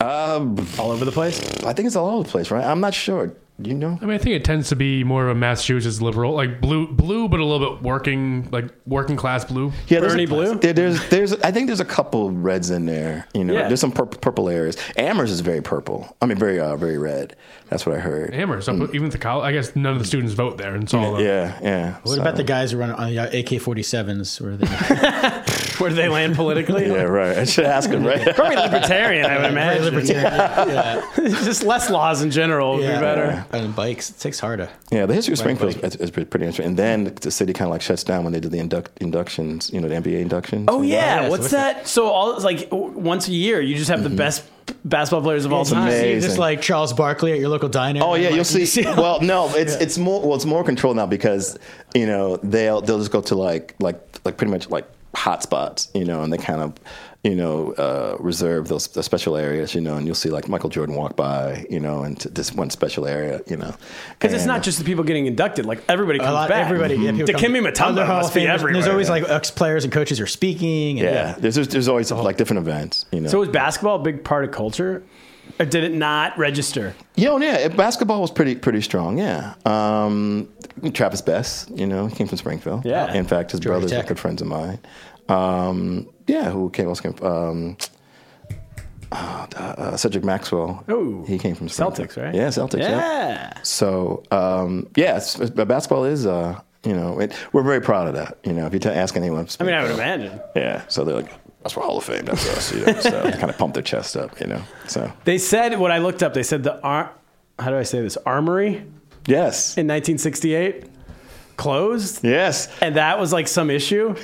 S3: Um, all over the place.
S7: I think it's all over the place, right? I'm not sure. You know,
S5: I mean, I think it tends to be more of a Massachusetts liberal, like blue, blue, but a little bit working, like working class blue.
S7: yeah, there's-
S3: Bernie Blue?
S7: There, there's, there's, I think there's a couple of reds in there. You know,
S3: Yeah.
S7: there's some pur- purple areas. Amherst is very purple. I mean, very, uh, very red. That's what I heard.
S5: Amherst, up- even at the college. I guess none of the students vote there, and it's all. uh,
S7: Yeah, yeah.
S4: What about
S3: uh,
S4: the guys who run on the AK-47s? Where they
S3: Where do they land politically?
S7: Yeah, right. I should ask him, right?
S3: Probably libertarian, I would imagine.
S4: libertarian, yeah,
S3: Just less laws in general would
S4: yeah.
S3: be better.
S4: On bikes, it takes harder.
S7: Yeah, the history of Springfield is, is pretty interesting. And then the city kind of like shuts down when they did the induct, inductions, you know, the NBA inductions.
S3: Oh yeah,
S4: yeah, so
S3: what's
S4: it's
S3: that? So all it's like w- once a year, you just have the best basketball players of all
S4: It's
S3: time.
S7: Mm-hmm. amazing.
S4: Just like Charles Barkley at your local diner.
S7: Oh yeah,
S4: Like,
S7: you'll see. Well, no, it's it's more well, it's more controlled now because you know they'll they'll just go to like like like pretty much like hot spots, you know, and they kind of you know uh, reserve those the special areas, you know, and you'll see like Michael Jordan walk by, you know, into this one special area, you know,
S3: Because it's not
S7: And-
S3: just the people getting inducted; like everybody
S4: A
S3: comes
S4: lot,
S3: back.
S4: everybody. Yeah, people come-
S3: Dikembe Mutombo
S4: other Hall of
S3: must be
S4: Famers, and
S3: everywhere.
S4: There's always like ex players and coaches are speaking. And,
S7: yeah. There's just- there's always like different events, you know.
S3: So was basketball a big part of culture, or did it not register?
S7: You know, yeah, it- basketball was pretty pretty strong. Yeah, um, Travis Best, you know, came from Springfield.
S3: Yeah.
S7: in fact, his brothers
S4: Tech.
S7: were good friends of mine. Um, yeah, who came also came um, uh, Cedric Maxwell.
S3: Ooh.
S7: he came from Springfield.
S3: Celtics, right?
S7: Yeah, Celtics. Yeah.
S3: Yeah.
S7: So um, yeah, it's, it's- but basketball is uh, you know it, we're very proud of that. You know, if you t- ask anyone,
S3: I mean, I would imagine
S7: yeah. So they're like, that's for Hall of Fame. That's us. You know, so they kind of pump their chest up. You know, so
S3: they said what I looked up. They said the ar- how do I say this armory
S7: yes,
S3: in 1968 closed,
S7: yes.
S3: and that was like some issue.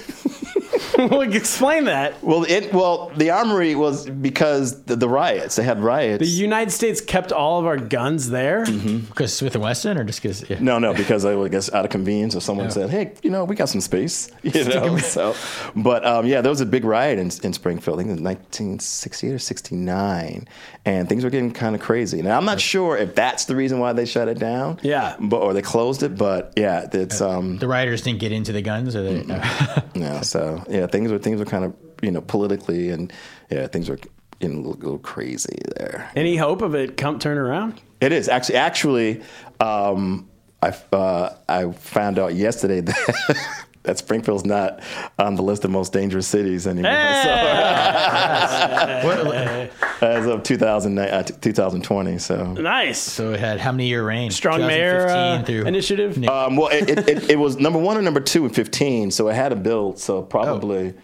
S3: like, explain that.
S7: Well, it well the armory was because the, the riots. They had riots.
S3: The United States kept all of our guns there.
S4: Because Smith and Wesson, or just because? Yeah.
S7: no, no, because I would guess out of convenience, or someone said, "Hey, you know, we got some space." You know, so, but um, yeah, there was a big riot in, in Springfield. I think it was 1968 or 69, and things were getting kind of crazy. Now, I'm not sure if that's the reason why they shut it down.
S3: Yeah.
S7: but or they closed it. But yeah, it's um,
S4: The riders didn't get into the guns, or they, uh,
S7: yeah. So yeah, things were things were kind of you know politically and yeah, things were getting a little, little crazy there.
S3: Any hope of it come turn around?
S7: It is actually actually um, I uh, I found out yesterday that. That Springfield's not on the list of most dangerous cities anymore.
S4: Eh.
S7: So, as of 2009, uh, 2020, so
S3: Nice.
S4: so it had how many year range?
S3: Strong mayor uh, initiative.
S7: um, well, it, it, it, it was number one or number two in 15, so it had a build. So probably,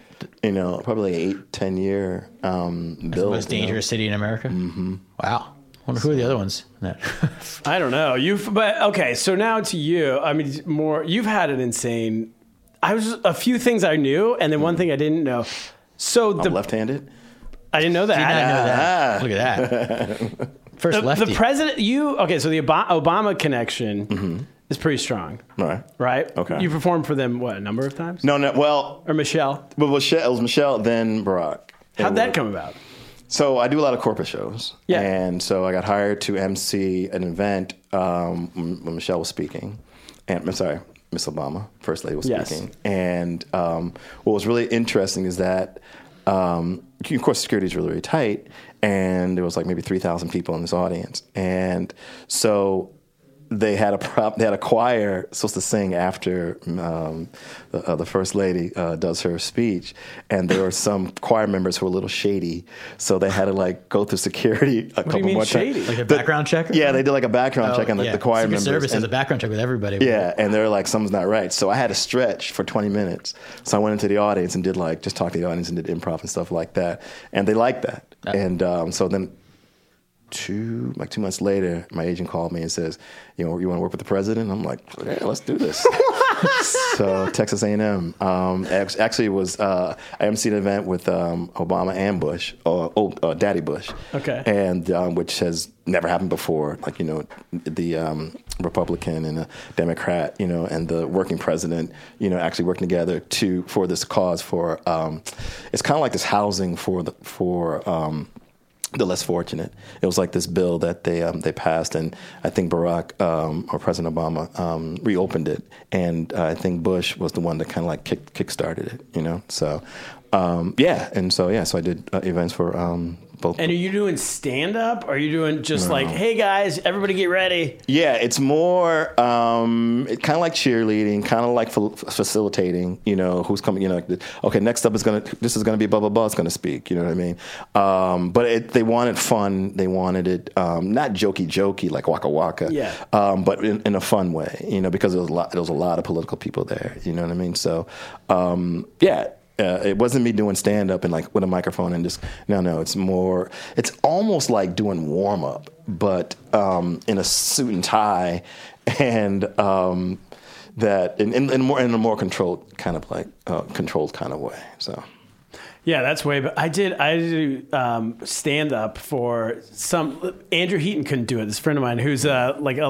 S7: you know, probably eight, 10 year um, build.
S4: Oh. the most
S7: you know.
S4: dangerous city in America. Mm-hmm. Wow. Wonder who are the other ones? No.
S3: I don't know. You've but okay. So now to you. I mean, more. You've had an insane. I was a few things I knew, and then one thing I didn't know. So the
S7: I'm left-handed.
S3: I didn't know that.
S7: Ah.
S4: Did not know that. Look at that. First
S3: The,
S4: lefty.
S3: the president, you okay? So the Obama, Obama connection is pretty strong,
S7: All right.
S3: right?
S7: Okay.
S3: You performed for them what a number of times?
S7: No, no. Well,
S3: Or Michelle?
S7: but Michelle, it was Michelle, then Barack.
S3: How'd that
S7: It
S3: come about?
S7: So I do a lot of corporate shows.
S3: Yeah.
S7: And so I got hired to MC an event um, when when Michelle was speaking. And I'm sorry, Miss Obama, First Lady was
S3: Yes.
S7: speaking. And um, what was really interesting is that, um, of course, security is really, really tight. And there was like maybe 3,000 people in this audience. And so they had a prop, they had a choir supposed to sing after um, the, uh, the first lady uh, does her speech, and there were some choir members who were a little shady, so they had to like go through security a
S3: What do
S7: couple
S3: you mean
S7: more
S3: shady?
S7: times.
S4: like a
S7: The-
S4: background check. Oh,
S7: Yeah, they did like a background check on the, the choir
S4: Secret
S7: members.
S4: Service
S7: and-
S4: has a background check with everybody.
S7: yeah, and they're like, something's not right. So I had to stretch for 20 minutes. So I went into the audience and did like, just talked to the audience and did improv and stuff like that. And they liked that. And um, so then two, like two months later, my agent called me and says, you know, you want to work with the president? I'm like, yeah, let's do this. so Texas A&M. Um, act- actually, it was uh, I emceed an event with um, Obama and Bush, or oh, uh, Daddy Bush.
S3: Okay.
S7: And um, which has never happened before. Like you know, the um, Republican and a Democrat, you know, and the working president, you know, actually working together to for this cause. For um, it's kind of like this housing for the for. Um, the less fortunate. It was like this bill that they um, they passed, and I think Barack um, or President Obama um, reopened it, and uh, I think Bush was the one that kind of like kick kick started it. You know, so um, yeah, and so yeah, so I did uh, events for um, both.
S3: And are you doing stand up? Are you doing just like, hey guys, everybody get ready?
S7: Yeah, it's more um, it kind of like cheerleading, kind of like fa- facilitating. You know, who's coming? You know, like the, okay, next up is gonna this is gonna be blah blah blah. It's gonna speak. You know what I mean? Um, but it, they wanted fun. They wanted it um, not jokey jokey like waka waka.
S3: Yeah.
S7: Um, but in, in a fun way. You know, because there was a lot there was a lot of political people there. You know what I mean? So um, yeah. Uh, it wasn't me doing stand up and like with a microphone and just no no it's more it's almost like doing warm up but um, in a suit and tie and um, that in, in, in more in a more controlled kind of like uh, controlled kind of way so
S3: Yeah, that's way. But I did. I did um, stand up for some. Andrew Heaton couldn't do it. This friend of mine, who's a, like a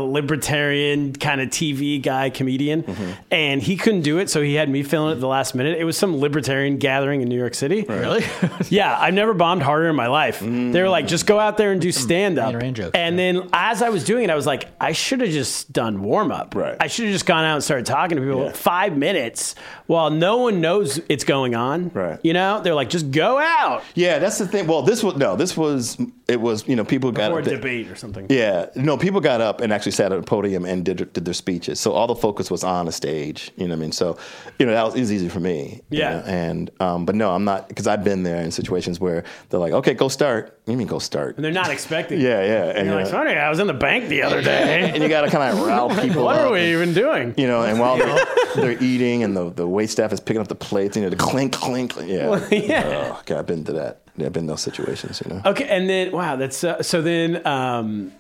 S3: libertarian kind of TV guy comedian,
S7: Mm-hmm.
S3: and he couldn't do it, so he had me fill in at the last minute. It was some libertarian gathering in New York City.
S4: Really?
S3: Yeah, I've never bombed harder in my life. They were
S7: Mm.
S3: like, just go out there and do stand up.
S4: Ayn Rand jokes,
S3: And then as I was doing it, I was like, I should have just done warm up.
S7: Right.
S3: I should have just gone out and started talking to people
S7: Yeah.
S3: five minutes while no one knows it's going on.
S7: Right.
S3: You know, they're like, just go out
S7: yeah that's the thing well this was no this was it was you know people got
S3: or
S7: up there-
S3: debate or something.
S7: Yeah, no, people got up and actually sat at a podium and did, did their speeches. So all the focus was on a stage. You know what I mean? So, you know, that was, it was easy for me. you
S3: Yeah.
S7: know, and um, but no, I'm not because I've been there in situations where they're like, okay, go start. You mean go start?
S3: And they're not expecting. it.
S7: yeah, yeah, and,
S3: You're
S7: you
S3: like,
S7: know,
S3: sorry, I was in the bank the other day.
S7: and you got to kind of rile people.
S3: what
S7: up
S3: are we even doing?
S7: You know, and while they're, they're eating and the the wait staff is picking up the plates, you know, the clink, clink, clink. Yeah,
S3: yeah.
S7: Oh, God, I've been to that. Yeah, I've been in those situations. You know.
S3: Okay. And then, wow, that's uh, so then, um,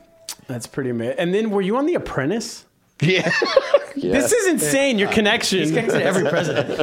S3: that's pretty amazing. And then, were you on The Apprentice?
S7: Yeah. yeah. Uh,
S3: This is insane. Your connection.
S4: Every president.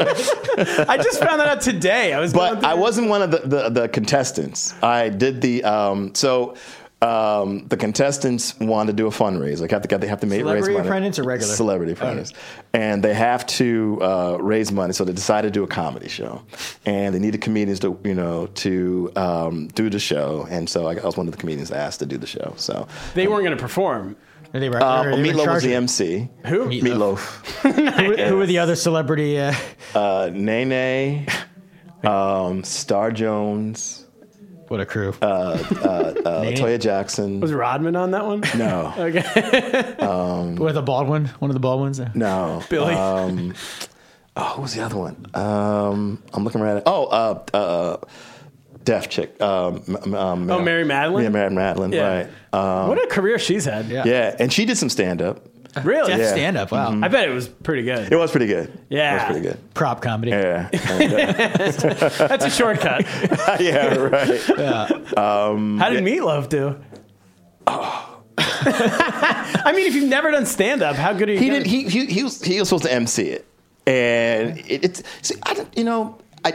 S3: I just found that out today. I was, going
S7: but
S3: through-
S7: I wasn't one of the, the, the contestants. I did the um, so um, the contestants want to do a fundraiser. Like have to they have to make
S4: Celebrity
S7: raise money.
S4: apprentice or regular?
S7: Celebrity apprentice, and they have to uh, raise money. So they decided to do a comedy show, and they needed comedians to you know to um, do the show. And so I, I was one of the comedians asked to do the show. So
S3: they weren't going to perform.
S4: They were,
S7: um,
S4: they were in
S7: Meatloaf was
S4: charge
S7: the
S4: of-
S7: MC.
S3: Who?
S7: Meatloaf,
S4: Who, who were the other celebrity? Uh,
S7: uh, Nene, um, Star Jones,
S4: what a crew. Uh,
S7: Latoya Jackson.
S3: Was Rodman on that one?
S7: no.
S3: Okay.
S4: With a Baldwin, one of the Baldwins. uh,
S7: No.
S3: Billy.
S7: Um, oh, who was the other one? Um, I'm looking right at it. Oh, uh, uh, deaf chick. Um, m- um,
S3: Oh, Mary Madeline?
S7: Yeah, Mary Madeline.
S3: Yeah.
S7: Right. Um,
S3: what a career she's had.
S4: Yeah.
S7: yeah, and she did some stand up.
S3: Really?
S4: Jeff
S7: Yeah. Mm-hmm.
S4: stand up. Wow.
S3: I bet it was pretty good.
S7: It was pretty good.
S3: Yeah.
S7: it was pretty good.
S4: Prop comedy.
S7: Yeah, And, uh,
S3: That's a shortcut.
S7: yeah, right.
S3: How did Meatloaf do?
S7: Oh.
S3: I mean, if you've never done stand up, how good are you?
S7: He
S3: gonna-
S7: didn't. He, he he was he was supposed to MC it, and it, it's see, I don't- you know I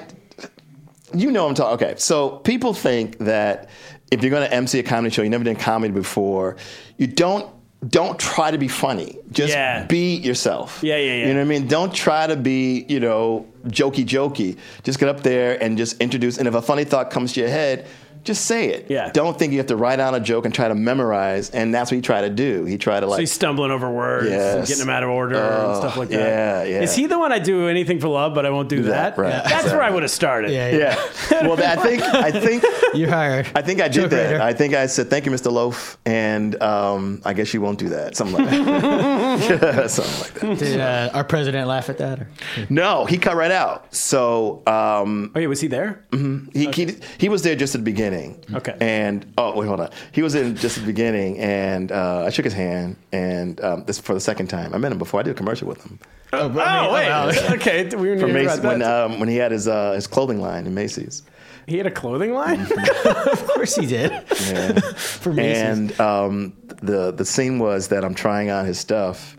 S7: you know what I'm talking. Okay, so people think that if you're going to MC a comedy show, you never done comedy before, you don't don't try to be funny. Just
S3: Yeah.
S7: be yourself.
S3: Yeah, yeah, yeah.
S7: You know what I mean? Don't try to be, you know, jokey jokey. Just get up there and just introduce. And if a funny thought comes to your head, just say it.
S3: Yeah.
S7: Don't think you have to write down a joke and try to memorize. And that's what he tried to do. He tried to like.
S3: So he's stumbling over words and
S7: Yes.
S3: getting them out of order and
S7: Oh,
S3: stuff like that.
S7: yeah, yeah.
S3: Is he the one I do anything for love, but I won't do that?
S7: that, right. Yeah.
S3: That's where I would have started.
S4: Yeah, yeah.
S7: yeah. Well, I think I think
S4: You're hired.
S7: I think I did
S4: Joke
S7: that.
S4: writer.
S7: I think I said, "Thank you, Mr. Loaf," and um, I guess you won't do that. Something like that. Something like that.
S4: Did uh, our president laugh at that? Or?
S7: No, he cut right out. So um,
S3: Oh, yeah, was he there?
S7: he, he he was there just at the beginning.
S3: Okay.
S7: And oh wait, hold on. He was in just at the beginning, and uh, I shook his hand, and um, this for the second time. I met him before. I did a commercial with him
S4: Oh,
S3: Oh, wait. okay, we were
S7: for
S3: near
S7: Macy's
S3: about that.
S7: when um, when he had his uh, his clothing line in Macy's.
S3: he had a clothing line?
S4: Of course he did.
S7: Yeah.
S4: For Macy's.
S7: and um, the the scene was that I'm trying on his stuff,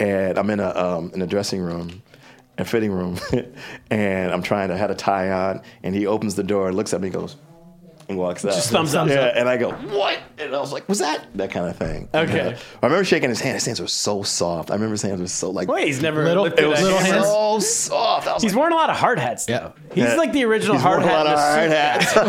S7: and I'm in a um, in a dressing room, a fitting room, and I'm trying to had a tie on, and he opens the door and looks at me and goes, and walks out.
S3: Just thumbs up.
S7: Yeah, and I go, what? And I was like, was that that kind of thing?
S3: Okay.
S7: And, uh, I remember shaking his hand. His hands were so soft. I remember his hands were so like
S3: Wait, he's never
S4: Little-
S3: lifted
S7: it was
S3: a
S4: Little
S7: so
S3: hand.
S4: hands.
S7: soft. I was
S3: He's
S7: like,
S3: worn a lot of hard hats, though. He's
S7: Yeah.
S3: like the original
S7: he's
S3: hard
S7: worn a
S3: hat.
S7: lot
S3: in
S7: of
S3: a
S7: hard
S3: suit.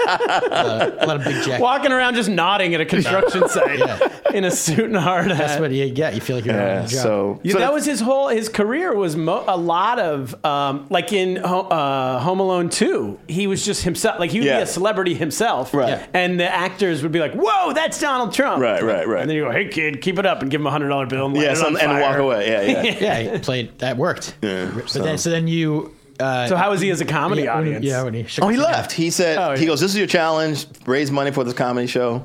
S4: a lot of big jack.
S3: Walking around just nodding at a construction site in a suit and a hard hat.
S4: That's what you get. You feel like you're
S7: Yeah,
S4: on a job.
S7: so,
S3: Yeah,
S7: so
S3: that was his whole his career was mo- a lot of um, like in Ho- uh, Home Alone 2. He was just himself, like he would
S7: Yeah.
S3: be a celebrity himself,
S7: Right. Yeah.
S3: And the actors would be like, "Whoa, that's Donald Trump!"
S7: Right, right, right.
S3: And then you go, "Hey kid, keep it up," and give him a hundred dollar bill and light
S7: yeah,
S3: it
S7: so-
S3: on
S7: and then
S3: fire.
S7: walk away. Yeah, yeah.
S4: yeah, he played. That worked.
S7: Yeah,
S4: But
S7: so-
S4: then, so then you. Uh,
S3: So how is he as a comedy
S4: yeah, when,
S3: audience?
S4: yeah, when he shook
S7: Oh, he
S4: his hand.
S7: left. He said,
S3: Oh,
S7: he
S3: yeah.
S7: goes, this is your challenge. Raise money for this comedy show.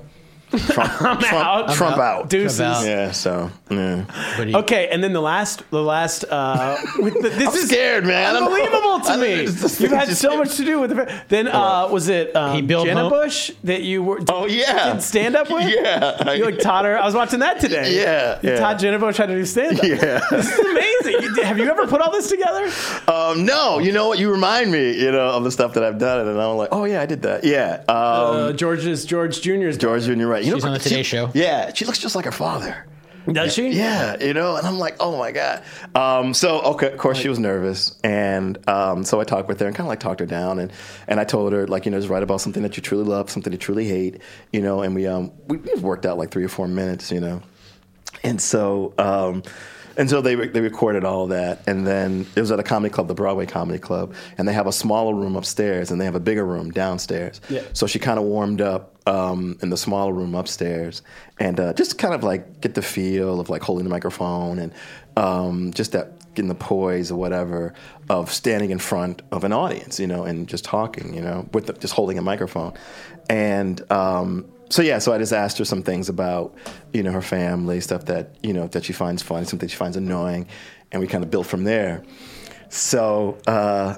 S7: Trump, I'm Trump,
S3: out. I'm
S7: Trump out.
S3: Deuces.
S4: About-
S7: Yeah, so, yeah.
S4: But he,
S3: Okay, and then the last, the last. Uh, with the, this
S7: I'm
S3: is
S7: scared, man. I'm-
S3: Unbelievable to
S7: I'm-
S3: me.
S7: This
S3: You've
S7: thing
S3: had
S7: just-
S3: so much to do with the. Then uh, was it um,
S4: He built
S3: Jenna
S4: home-
S3: Bush that you were?
S7: Oh, yeah.
S3: Did stand up with?
S7: Yeah.
S3: You like taught her. I was watching that today.
S7: Yeah,
S3: You
S7: yeah.
S3: taught Jenna Bush how to do stand up.
S7: Yeah.
S3: This is amazing. You did- have you ever put all this together?
S7: Um, no, you know what? You remind me, you know, of the stuff that I've done. And I'm like, oh, yeah, I did that. Yeah. Um,
S3: uh, George's George Junior's.
S7: George, you're right. You
S4: Oh. She's
S7: know,
S4: on the
S7: she-
S4: Today Show.
S7: Yeah, she looks just like her father.
S3: Does she?
S7: Yeah, you know, and I'm like, oh my god. Um, so okay, of course she was nervous, and um, so I talked with her and kind of like talked her down, and and I told her like you know just write about something that you truly love, something you truly hate, you know, and we um we, we worked out like three or four minutes, you know, and so um, and so they they recorded all that, and then it was at a comedy club, the Broadway Comedy Club, and they have a smaller room upstairs, and they have a bigger room downstairs.
S3: Yeah.
S7: So she kind of warmed up um, in the smaller room upstairs, and uh, just kind of like get the feel of like holding the microphone and um, just that getting the poise or whatever of standing in front of an audience, you know, and just talking, you know, with the, just holding a microphone, and. Um, so yeah, so I just asked her some things about, you know, her family, stuff that you know that she finds funny, something she finds annoying, and we kind of built from there. So uh,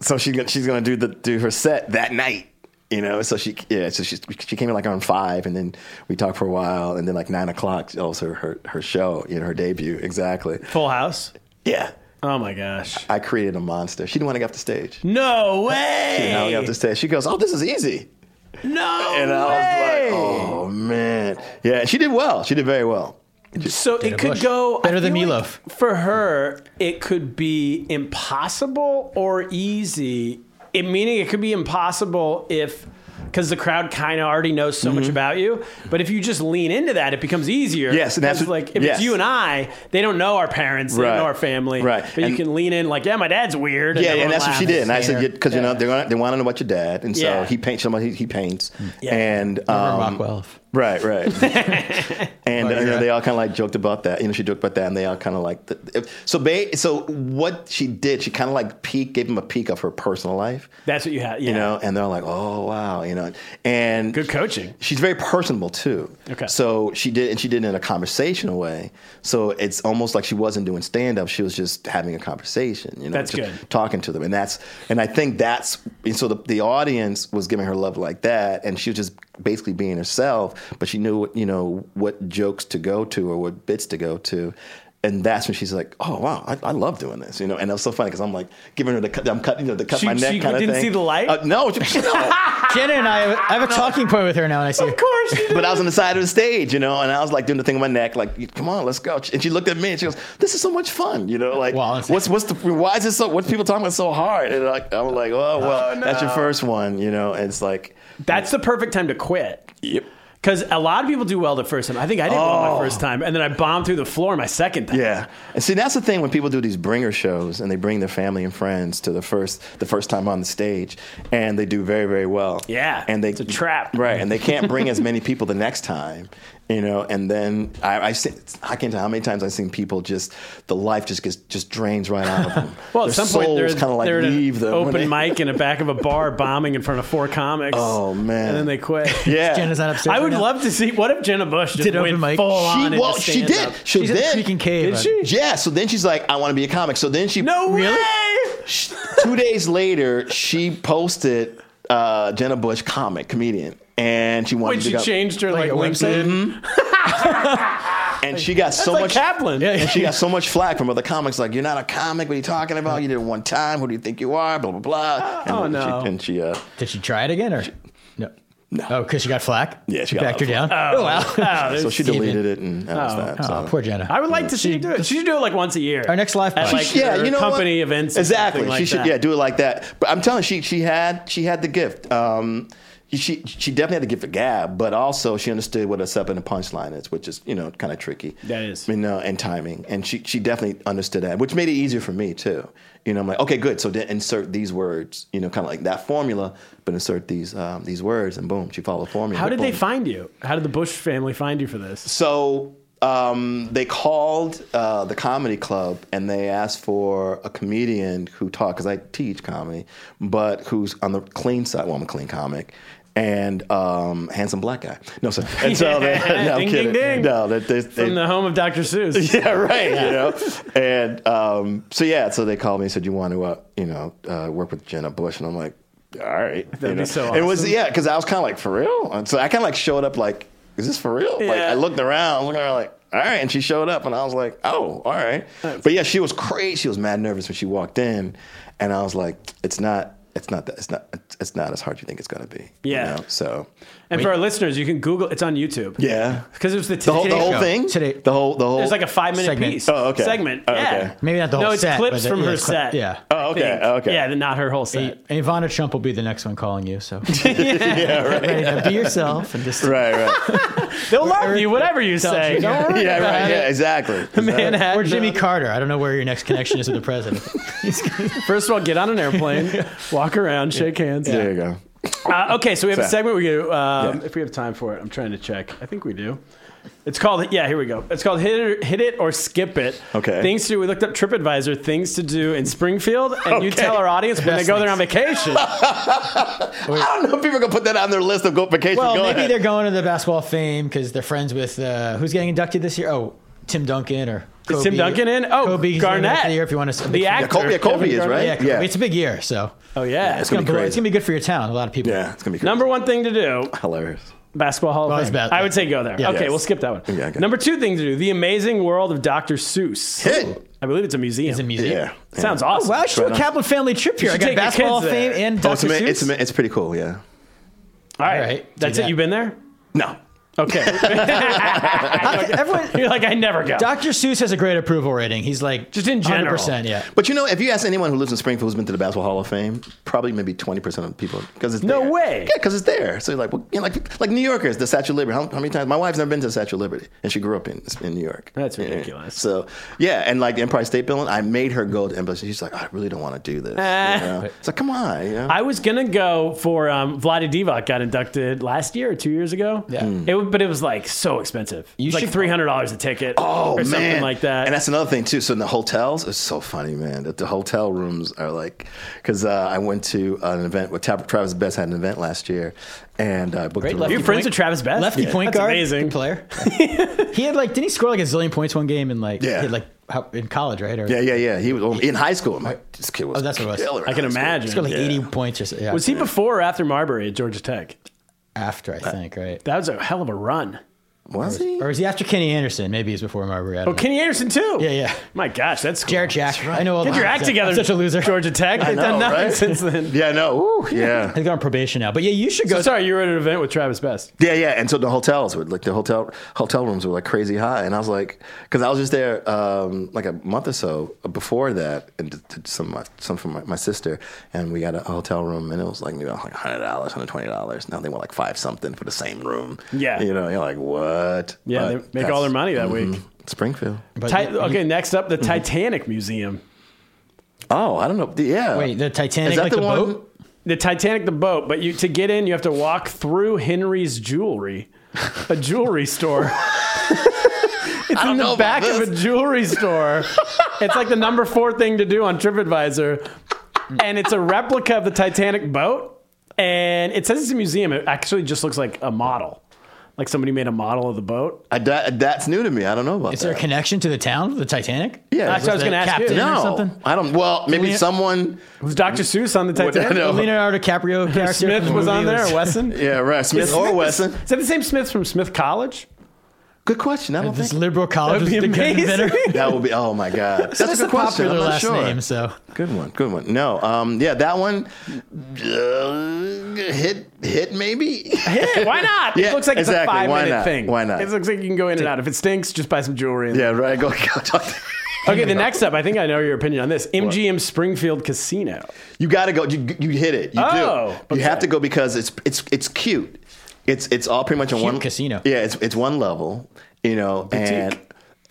S7: so she go- she's gonna do the do her set that night. You know, so she yeah, so she she came in like around five, and then we talked for a while, and then like nine o'clock, that was her her, her show, you know, her debut exactly.
S3: Full House.
S7: Yeah,
S3: Oh my gosh.
S7: I created a monster. She didn't want to get off the stage.
S3: No
S7: She didn't want to get
S3: way.
S7: off the stage. She goes, "Oh, this is easy."
S3: No
S7: and I
S3: way.
S7: was like, "Oh man, yeah." She did well. She did very well.
S3: So it could
S4: Bush.
S3: go
S4: Better than
S3: feel
S4: Meatloaf.
S3: for her, it could be impossible or easy. It meaning it could be impossible if because the crowd kind of already knows so
S7: Mm-hmm.
S3: much about you. But if you just lean into that, it becomes easier.
S7: Yes, and that's
S3: Because,
S7: what-
S3: like if
S7: yes.
S3: it's you and I, they don't know our parents, they
S7: Right.
S3: don't know our family,
S7: Right.
S3: But you
S7: And-
S3: can lean in like, yeah, my dad's weird.
S7: Yeah,
S3: everyone
S7: and that's what she
S3: laughs.
S7: did. And I said,
S4: Laugh.
S7: because you know they're gonna, they want to know about your dad, and so
S3: Yeah. Mm.
S7: he paints somebody. He, he paints,
S3: Yeah.
S7: and um,
S4: Rockwell.
S7: Right, right. and uh, you
S4: yeah.
S7: know, they all kind of like joked about that. You know, she joked about that, and they all kind of like. The, if- so, ba- so what she did, she kind of like peek, gave him a peek of her personal life,
S3: That's what you had. Yeah.
S7: you know, and they're like, "Oh wow," you know, and
S3: Good coaching.
S7: She's very personable too.
S3: Okay.
S7: So she did, and she did it in a conversational way. So it's almost like she wasn't doing stand up; she was just having a conversation. You know,
S3: That's
S7: just
S3: good.
S7: Talking to them, and that's, and I think that's, and so the, the audience was giving her love like that, and she was just basically being herself, but she knew, what you know, what jokes to go to or what bits to go to. And that's when she's like, "Oh wow, I, I love doing this," you know. And it was so funny because I'm like giving her the cut, I'm cutting, you know, the cut
S3: She-
S7: my neck
S3: she
S7: kind of thing.
S3: didn't see the light?
S7: Uh, no, she- no.
S4: Jenna and I, I have a talking point with her now, and I see. her.
S3: Of course. you
S7: but I was on the side of the stage, you know, and I was like doing the thing with my neck, like, "Come on, let's go." And she looked at me and she goes, "This is so much fun," you know, like,
S4: Well, it's-
S7: "What's what's the why is it so? What's people talking about so hard?" And like, I'm like, "Oh well, that's your first one," you know. And it's like,
S3: That's the perfect time to quit.
S7: "Yep, Oh.
S3: Because a lot of people do well the first time. I think I did well my first time, and then I bombed through the floor my second time.
S7: yeah." And see, that's the thing when people do these bringer shows and they bring their family and friends to the first the first time on the stage, and they do very very well.
S3: Yeah,
S7: and they
S3: it's a trap.
S7: right? And they can't bring as many people the next time. You know, and then I, I, see, I can't tell how many times I've seen people just the life just gets just drains right out of them.
S3: Well,
S7: Their
S3: at some point, they're,
S7: souls kind of like
S3: they're at an
S7: leave them. when
S3: open
S7: they-
S3: mic in the back of a bar, bombing in front of four comics.
S7: Oh, man.
S3: And then they quit.
S7: Yeah,
S4: Jenna's not upstairs.
S3: I
S4: right
S3: would
S4: now.
S3: love to see. What if Jenna Bush just
S4: Did open
S3: went
S4: mic.
S3: full
S7: She,
S3: on?
S7: well,
S3: into
S7: she did.
S3: stand-up?
S7: So
S4: She's in a
S7: then,
S4: freaking cave.
S3: Did she?
S7: Yeah. So then she's like, I want to be a comic. So then she
S3: No
S7: Really?
S3: way.
S7: Sh- two days later, she posted uh, Jenna Bush comic comedian, and she wanted
S3: When
S7: to
S3: she
S7: go-
S3: changed her like,
S4: Like a
S3: LinkedIn,
S4: website?
S7: and she got so
S3: like
S7: much.
S3: Kaplan.
S4: Yeah.
S7: and she got so much flack from other comics, like, "You're not a comic. What are you talking about? You did it one time. Who do you think you are?" Blah blah blah. And
S3: Oh, no.
S7: She, and she, uh,
S4: Did she try it again or no? No. Oh, because she got flack.
S7: Yeah, she
S4: You
S7: got
S4: backed her
S7: a lot
S4: down. Oh, wow.
S7: so she
S4: Steven.
S7: deleted it, and that was that. so.
S4: Oh, poor Jenna.
S3: I would like to see you do it. She should do it like once a year.
S4: Our next live
S3: At
S4: podcast.
S3: like
S7: yeah, you know what?
S3: company events. or
S7: Exactly.
S3: something
S7: she
S3: like
S7: should
S3: that.
S7: yeah do it like that. But I'm telling you, she she had she had the gift. Um, she she definitely had the gift for gab, but also she understood what a sub and a punchline is, which is you know kind of tricky.
S3: That is.
S7: you know, and timing, and she she definitely understood that, which made it easier for me too. You know, I'm like, okay, good. So then insert these words, you know, kind of like that formula, but insert these um, these words, and boom, she followed the formula.
S3: How did they
S7: Boom.
S3: find you? How did the Bush family find you for this?
S7: So um, they called uh, the comedy club and they asked for a comedian who taught because I teach comedy, but who's on the clean side. Well, I'm a clean comic. And um, handsome black guy. No, sir. And so they, no,
S3: Ding,
S7: I'm
S3: ding,
S7: kidding.
S3: ding.
S7: No, they, they,
S3: From
S7: they-
S3: the home of Dr. Seuss.
S7: yeah, right. You know, and um, so yeah, so they called me and said, "You want to, uh, you know, uh, work with Jenna Bush?" And I'm like, "All right." That'd
S3: be so
S7: It was
S3: awesome.
S7: yeah, because I was kind of like for real, and so I kind of like showed up like, "Is this for real?" Like
S3: Yeah.
S7: I looked around, looking around like. All right, and she showed up, and I was like, "Oh, all right." But yeah, she was crazy. She was mad nervous when she walked in, and I was like, "It's not, it's not that, it's not, it's- it's not as hard as you think it's gonna be." you
S3: Yeah.
S7: know? So,
S3: And for our listeners, you can Google. It's on YouTube.
S7: yeah,
S3: Because it was the,
S7: the whole, the
S3: Today
S7: whole
S3: Show.
S7: thing,
S4: Today-
S7: the whole, the whole.
S3: There's like a five minute
S4: Segment.
S3: piece.
S7: Oh, okay.
S3: Segment.
S7: Oh,
S3: yeah.
S7: okay.
S4: Maybe not the whole
S3: No, it's
S4: set,
S3: clips
S4: but
S3: from
S4: it-
S3: her
S4: it's cli-
S3: set.
S4: yeah.
S7: Oh, okay,
S3: Thing.
S7: okay.
S3: Yeah, not her whole set.
S4: And Ivana Trump will be the next one calling you. So Ready to be yourself and just
S7: right, right.
S3: They'll love you, whatever you
S4: Don't
S3: say.
S4: you
S3: Don't
S4: dare.
S3: worry
S7: yeah,
S3: about it.
S7: right. Yeah, exactly. Exactly.
S3: Manhattan.
S4: Or Jimmy Carter. I don't know where your next connection is with the president.
S3: First of all, get on an airplane, walk around, shake hands.
S7: There you go.
S3: Uh, okay, so we have a
S7: So-
S3: segment we do. Um,
S7: Yeah.
S3: If we have time for it, I'm trying to check. I think we do. It's called yeah. Here we go. It's called hit it, hit it or skip it.
S7: Okay.
S3: Things to do. We looked up TripAdvisor things to do in Springfield, and you
S7: Okay.
S3: tell our audience when they
S4: Best
S3: go there on vacation.
S7: I don't know if people are gonna put that on their list of go vacation.
S4: Well,
S7: go
S4: maybe
S7: ahead.
S4: they're going to the basketball fame because they're friends with uh, who's getting inducted this year? Oh, Tim Duncan or
S3: Is Tim Duncan in? Oh,
S4: Kobe's
S3: Garnett.
S4: The year if you want to.
S3: the
S4: yeah,
S3: actor.
S7: Yeah, Kobe, yeah, Kobe is
S3: Kevin Garnett.
S7: right.
S4: Kobe. It's a big year, so
S3: Oh yeah.
S7: it's gonna be
S4: It's gonna
S7: crazy.
S4: it's gonna be good for your town. A lot of people.
S7: yeah, it's gonna be crazy.
S3: Number one thing to do:
S7: hilarious.
S3: basketball hall of
S4: Well,
S3: fame.
S4: that's bad.
S3: I would say go there.
S4: Yeah.
S3: Okay,
S7: Yes.
S3: we'll skip that one.
S7: Yeah, okay.
S3: Number two thing to do: the amazing world of Dr. Seuss.
S7: Hit.
S3: I believe it's a museum.
S4: It's a museum.
S7: Yeah.
S3: Sounds
S7: yeah.
S3: awesome.
S4: Well, I should do
S7: Right
S4: a
S7: on.
S4: Kaplan family trip here. I
S3: should
S4: got
S3: take your
S4: basketball
S3: kids there.
S4: fame and
S7: Oh, it's,
S4: Dr.
S7: ama-
S4: Seuss.
S7: it's, ama- it's pretty cool. Yeah.
S3: All right.
S4: All right, do
S3: That's it.
S4: that.
S3: You've been there?
S7: No.
S3: Okay.
S4: Everyone,
S3: You're like, I never go.
S4: Dr. Seuss has a great approval rating. He's like
S3: Just in general.
S4: 100%, yeah.
S7: But you know, if you ask anyone who lives in Springfield who's been to the Basketball Hall of Fame, probably maybe twenty percent of the people because it's
S3: No
S7: there.
S3: way.
S7: Yeah, because it's there. So you're like, well, you know, like like New Yorkers, the Statue of Liberty. How, how many times? My wife's never been to the Statue of Liberty, and she grew up in in New York.
S3: That's
S7: Yeah.
S3: ridiculous.
S7: So yeah, and like the Empire State Building, I made her go to Empire. State. She's like, I really don't want to do this. you
S3: Ah.
S7: know? It's like, come on. You know?
S3: I was gonna go for um, Vlade Divac got inducted last year or two years ago.
S4: Yeah. Hmm.
S3: it would, but it was like so expensive. You like
S4: should-
S3: three hundred dollars a ticket.
S7: Oh
S3: or
S7: man,
S3: something like that.
S7: And that's another thing too. So in the hotels, it's so funny, man. That the hotel rooms are like, because uh, I went to an event with Tra- Travis Best had an event last year, and I booked
S4: Great
S7: a
S4: lefty
S3: You're
S7: room.
S4: point.
S3: friends with Travis Best.
S4: Lefty
S3: Yeah.
S4: point
S3: That's
S4: guard.
S3: Amazing.
S4: good player. he had like, didn't he score like a zillion points one game in like,
S7: Yeah.
S4: he had, like how, in college, right? Or,
S7: Yeah, yeah, yeah. He was well, in high school. I'm like, this kid was.
S4: Oh, that's what it was.
S7: killer in
S3: I can
S7: high school.
S3: imagine.
S4: Scored like 80 points or so. Yeah,
S3: was he before or after Marbury at Georgia Tech? Uh,
S4: after, I think, right?
S3: That was a hell of a run.
S7: Was he?
S4: Or is he after Kenny Anderson? Maybe he's before Marbury. I don't
S3: Oh, Kenny Anderson too.
S4: know. Yeah, yeah.
S3: My gosh, that's cool.
S4: Jared Jack. I know all
S3: Get
S4: the
S3: your act together.
S4: I'm such a loser.
S3: Georgia Tech. They've done
S7: know,
S3: nothing
S7: right?
S3: since then.
S7: Yeah, no. Ooh, yeah.
S4: He's on probation now. But yeah, you should go.
S3: So sorry, you were at an event with Travis Best.
S7: Yeah, yeah. And so the hotels were like the hotel hotel rooms were like crazy high, and I was like, because I was just there um, like a month or so before that, and to, to some of my, some from my, my sister, and we got a hotel room, and it was like you know like hundred dollars, hundred twenty dollars. Now they want like five something for the same room.
S3: Yeah.
S7: you know, you're like what?
S3: Yeah, they
S7: But
S3: make all
S7: that's-
S3: their money that
S4: Mm-hmm.
S3: week.
S7: Springfield.
S4: but
S3: Ti- okay, next up, the
S7: Mm-hmm.
S3: Titanic Museum.
S7: Oh, I don't know. Yeah,
S4: Wait, the Titanic,
S7: Is that
S4: like
S7: the
S4: the,
S7: one-
S4: boat?
S3: The Titanic, the boat, but you to get in, you have to walk through Henry's Jewelry, a jewelry store. it's in the
S7: about
S3: back of
S7: this.
S3: a jewelry store. it's like the number four thing to do on TripAdvisor, and it's a replica of the Titanic boat. And it says it's a museum. It actually just looks like a model, like somebody made a model of the boat.
S7: I, that, that's new to me. I don't know about
S4: Is
S7: that.
S4: there a connection to the town, the Titanic?
S7: Yeah,
S3: That's what I was
S4: the
S3: going to ask
S4: captain
S3: you.
S4: or
S7: no,
S4: something?
S7: I don't. Well, maybe
S4: Leon-
S7: someone.
S3: It was Dr. Seuss on the Titanic.
S7: no.
S4: Leonardo DiCaprio character
S3: Smith
S4: from the
S3: was on
S4: movie
S3: there, Wesson.
S7: Yeah, right. Smith or Wesson.
S3: Is that the same Smith from Smith College?
S7: Good question. I don't
S4: This
S7: think
S4: liberal college
S3: That'd
S4: was
S3: be
S4: the gun inventor.
S3: amazing.
S7: that would be. Oh my God, that's,
S4: That's
S7: a good question.
S4: popular
S7: I'm not
S4: last
S7: sure.
S4: name, so
S7: Good one. Good one. No. Um. Yeah, that one. uh, hit. Hit. Maybe.
S3: Yeah, why not?
S7: Yeah,
S3: it looks like it's a
S7: exactly. Why
S3: five minute
S7: not?
S3: thing.
S7: Why not?
S3: It looks like you can go in and out. If it stinks, just buy some jewelry.
S7: yeah. Right. Go. go talk to-
S3: Okay, the next up, I think I know your opinion on this MGM Springfield Casino.
S7: you gotta go. You, you hit it. You
S3: Oh,
S7: do. You have
S3: okay.
S7: to go because it's it's it's cute. It's it's all pretty much in one
S4: casino.
S7: Yeah. It's it's one level. You know and.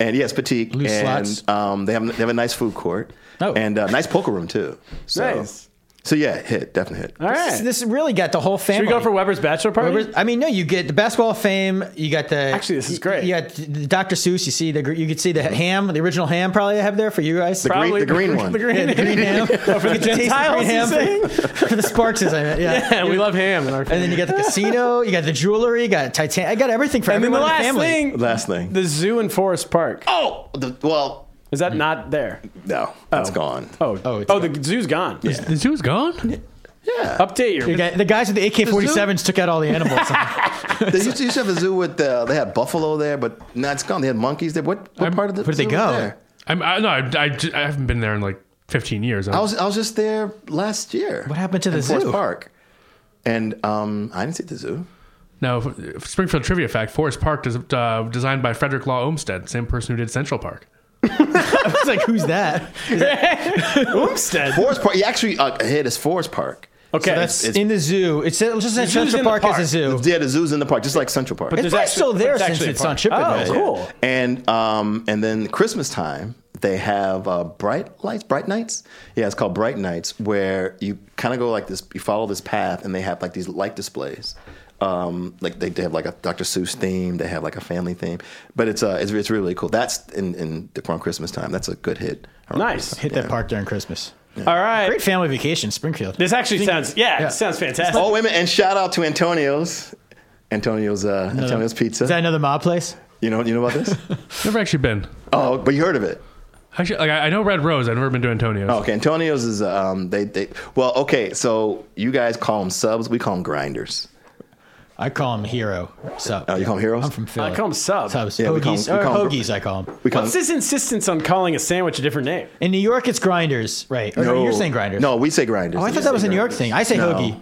S7: And yes, petite,
S4: Loose
S7: and
S4: slots.
S7: um, they have they have a nice food court,
S4: Oh.
S7: and uh, nice poker room too. So,
S3: Nice.
S7: So yeah, hit definitely hit.
S3: All right.
S4: this, this really got the whole
S3: Should
S4: family.
S3: we go for Weber's Bachelor Party?
S4: Whoever's- I mean, no, you get the basketball fame. You got the
S3: Actually, this is great. Mm-hmm.
S4: You got the Dr. Seuss. You see the gr- you could see the ham, the original ham, probably they have there for you guys.
S7: The green, the green one.
S3: The green,
S4: Yeah, the green ham.
S3: Oh, for the
S4: You get to taste
S3: Gentiles,
S4: green
S3: you
S4: ham.
S3: saying?
S4: for the Sparkses, I meant. Yeah.
S3: Yeah, we love ham in our
S4: And then you got the casino. You got the jewelry. You got Titanic. I got everything for
S3: And then the
S4: everyone in
S3: last
S4: family.
S3: thing
S7: Last thing.
S3: the zoo and Forest Park.
S7: oh, the, well,
S3: Is that not there?
S7: no, that's gone.
S3: Oh,
S4: Oh,
S3: oh,
S4: it's
S3: the zoo's gone.
S5: The zoo's gone.
S7: Yeah.
S3: Update your.
S4: You got- the guys with the AK-47s took out all the animals.
S7: They used to, used to have a zoo with uh, they had buffalo there, but now it's gone. They had monkeys there. What, what
S5: I'm-
S7: part of the
S4: where did they
S7: zoo was
S4: go?
S7: there?
S5: I'm, I, no, I, I, ju- I haven't been there in like 15 years.
S7: I was I was just there last year.
S4: What happened to the
S7: in Forest
S4: zoo?
S7: Park? And um, I didn't see the zoo.
S5: no, f- Springfield trivia fact: Forest Park is uh, designed by Frederick Law Olmsted, same person who did Central Park.
S4: it's like, who's that?
S3: Homestead.
S7: Forest Park. You actually uh, ahead is Forest Park.
S3: Okay.
S4: That's
S7: It's-
S4: in the zoo. It's it's just at
S3: zoo's
S4: Oh, Central
S3: in the
S4: Park,
S3: park.
S4: as a zoo.
S7: Yeah, the zoo's in the park, just like Central Park.
S4: It's
S3: There's
S4: probably
S3: actually-
S4: still there
S3: it's
S4: since
S3: actually a
S4: it's
S3: park.
S4: on TripAdvisor.
S3: Oh, cool.
S7: And um, and then Christmas time, they have uh, bright lights, bright nights. Yeah, it's called bright nights, where you kind of go like this. You follow this path, and they have like these light displays. Um, like they, they have like a Dr. Seuss theme. They have like a family theme, but it's uh, it's, it's really cool. That's in in around Christmas time. That's a good hit. around
S3: Nice.
S7: Christmas.
S4: Hit that park during Christmas.
S3: All right.
S4: Great family vacation, Springfield.
S3: This actually sounds, yeah, it sounds fantastic.
S7: Oh, wait a minute! And shout out to Antonio's, Antonio's, uh, Antonio's Pizza.
S4: Is that another mob place?
S7: you know, you know about this?
S5: Never actually been.
S7: oh, but you heard of it.
S5: Actually, like I, I know Red Rose. I've never been to Antonio's.
S7: Okay, Antonio's is um they they well okay so you guys call them subs we call them grinders
S4: I call him Hero Sub.
S7: oh you call them heroes
S4: I'm from Philly.
S3: I call him Uh, sub.
S4: Subs.
S7: Yeah, we call
S4: Hoagies.
S7: 'em- we call 'em
S4: or
S7: gr-
S4: hoagies, I call them.
S7: we call
S3: What's
S7: 'em-
S3: this insistence on calling a sandwich a different name?
S4: In New York, it's grinders, right? Or no, you're saying grinders.
S7: no we say grinders
S4: Oh, I thought that was a New York thing. I say
S7: No.
S4: hoagie.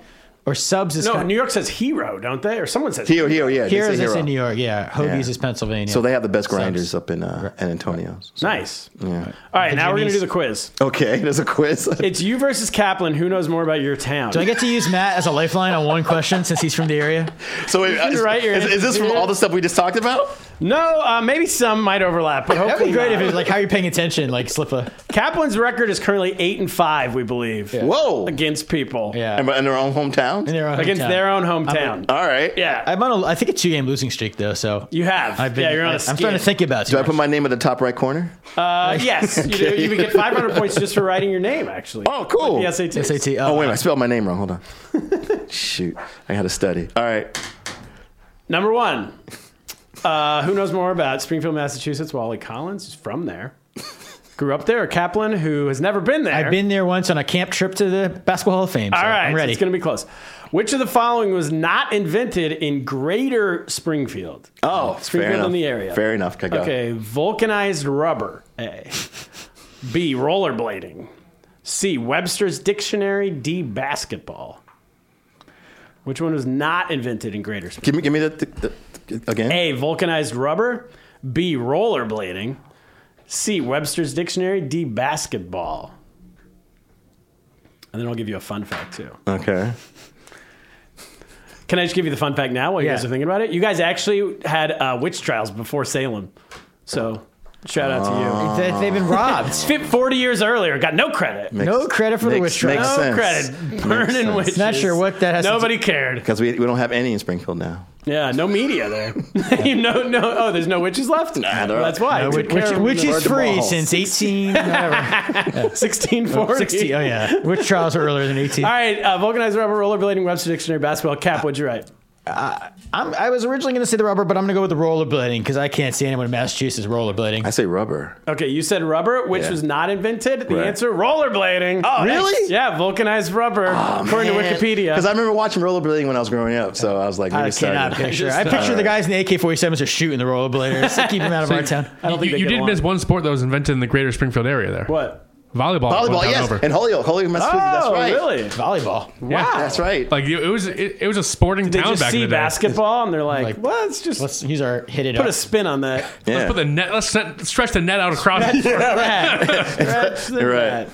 S4: Or subs is
S3: No,
S4: kind-
S3: New York says hero, don't they? Or someone says
S7: here here yeah they
S4: Heroes
S7: say
S4: is
S7: hero.
S4: in New York, yeah. Hoagies
S7: Yeah.
S4: is Pennsylvania.
S7: so they have the best
S4: Subs.
S7: grinders up in uh in Antonio's
S3: Nice.
S7: yeah
S3: All right, now we're going to
S4: Virginia's-
S3: do the quiz.
S4: Oh.
S7: okay there's a quiz
S3: It's you versus Kaplan. Who knows more about your town?
S4: Do I get to use Matt as a lifeline on one question since he's from the area?
S7: so wait, is,
S3: write your
S7: is, is this from
S3: answer.
S7: all the stuff we just talked about
S3: no, uh, maybe some might overlap, but
S4: That'd
S3: hopefully
S4: be great if
S3: not.
S4: it was like how you're paying attention, like slip a
S3: Kaplan's record is currently eight and five, we believe,
S7: whoa
S3: against people,
S4: yeah
S7: And- in their own hometown
S4: in their own
S3: against
S4: hometown.
S3: their own hometown.
S7: all right
S3: yeah,
S4: I'm on a I think a two game losing streak though, so
S3: you have.
S4: I've been,
S3: yeah, you're on a
S4: I,
S3: skid.
S4: I'm starting to think about.
S7: do I put my name at the top right corner
S3: Uh, yes, you, do. you would get 500 points just for writing your name. Actually.
S7: oh cool
S3: The SAT.
S4: SAT?
S7: oh
S4: uh,
S7: wait a minute, I spelled my name wrong hold on shoot I got to study all right
S3: Number one. Uh, who knows more about Springfield, Massachusetts? Wally Collins is from there. grew up there, a Kaplan who has never been there.
S4: I've been there once on a camp trip to the Basketball Hall of Fame. so
S3: All right,
S4: I'm
S3: so
S4: ready.
S3: it's going to be close. Which of the following was not invented in Greater Springfield?
S7: Oh,
S3: Springfield
S7: fair enough.
S3: in the area.
S7: Fair enough. Could go.
S3: Okay, vulcanized rubber. A. B. Rollerblading. C. Webster's Dictionary. D. Basketball. Which one was not invented in Greater Springfield?
S7: Give me, give me the, the, the again.
S3: A. Vulcanized rubber. B. Rollerblading. C. Webster's Dictionary. D. Basketball. And then I'll give you a fun fact too.
S7: Okay.
S3: Can I just give you the fun fact now while you guys
S4: Yeah.
S3: are thinking about it? You guys actually had uh, witch trials before Salem. So shout out
S7: Ah.
S3: to
S4: They- They've been robbed.
S3: you. Fit 40 years earlier, got no credit.
S7: Oh, Makes-
S4: No credit for the
S7: makes-
S4: witch trial.
S7: Makes
S3: no
S7: sense.
S3: credit. Burning witches.
S4: Not sure what that has to
S3: Nobody cared.
S7: Because we, we don't have any in Springfield now.
S3: Yeah, no media there. you know, no. Oh, there's no witches left.
S7: Nah, they're-
S3: that's why.
S4: do- which, which, which
S7: Lord
S4: is
S7: the
S4: free
S7: balls.
S4: since 18, whatever,
S3: 1640.
S4: 60. Oh, yeah. Witch trials are earlier than 18.
S3: All right, uh, vulcanized rubber, rollerblading, Webster Dictionary, basketball cap. What'd you write?
S4: I'm, I was originally going to say the rubber, but I'm going to go with the rollerblading because I can't see anyone in Massachusetts rollerblading.
S7: I say rubber.
S3: Okay, you said rubber, which
S7: Yeah.
S3: was not invented. The
S7: Right.
S3: answer, rollerblading. Oh,
S7: Really? nice.
S3: Yeah, vulcanized rubber, according to Wikipedia.
S7: Because I remember watching rollerblading when I was growing up, so I was like,
S4: I
S7: maybe
S4: cannot
S7: starting.
S4: picture. I picture the guys in the AK-47s are shooting the rollerbladers to keep them out of our town.
S3: I don't think they
S5: you, you
S3: get
S5: did
S3: along.
S5: miss one sport that was invented in the greater Springfield area there.
S3: What?
S5: Volleyball.
S7: Volleyball,
S5: went down
S7: yes,
S5: Over.
S7: and Holyoke, Holyoke, Massachusetts. that's
S3: oh,
S7: right.
S3: really?
S4: Volleyball.
S5: Yeah.
S7: That's right.
S5: Like it, it was, it, it was a sporting
S3: They
S5: town
S3: just
S5: back in
S3: see
S5: the day.
S3: basketball and they're like,
S4: Like-
S3: well, let's just
S4: Let's use our hit it
S3: put
S4: up.
S3: a spin on that.
S7: yeah.
S5: Let's put the net. Let's set, stretch the net out across.
S3: That's the-
S7: You're right.
S3: that.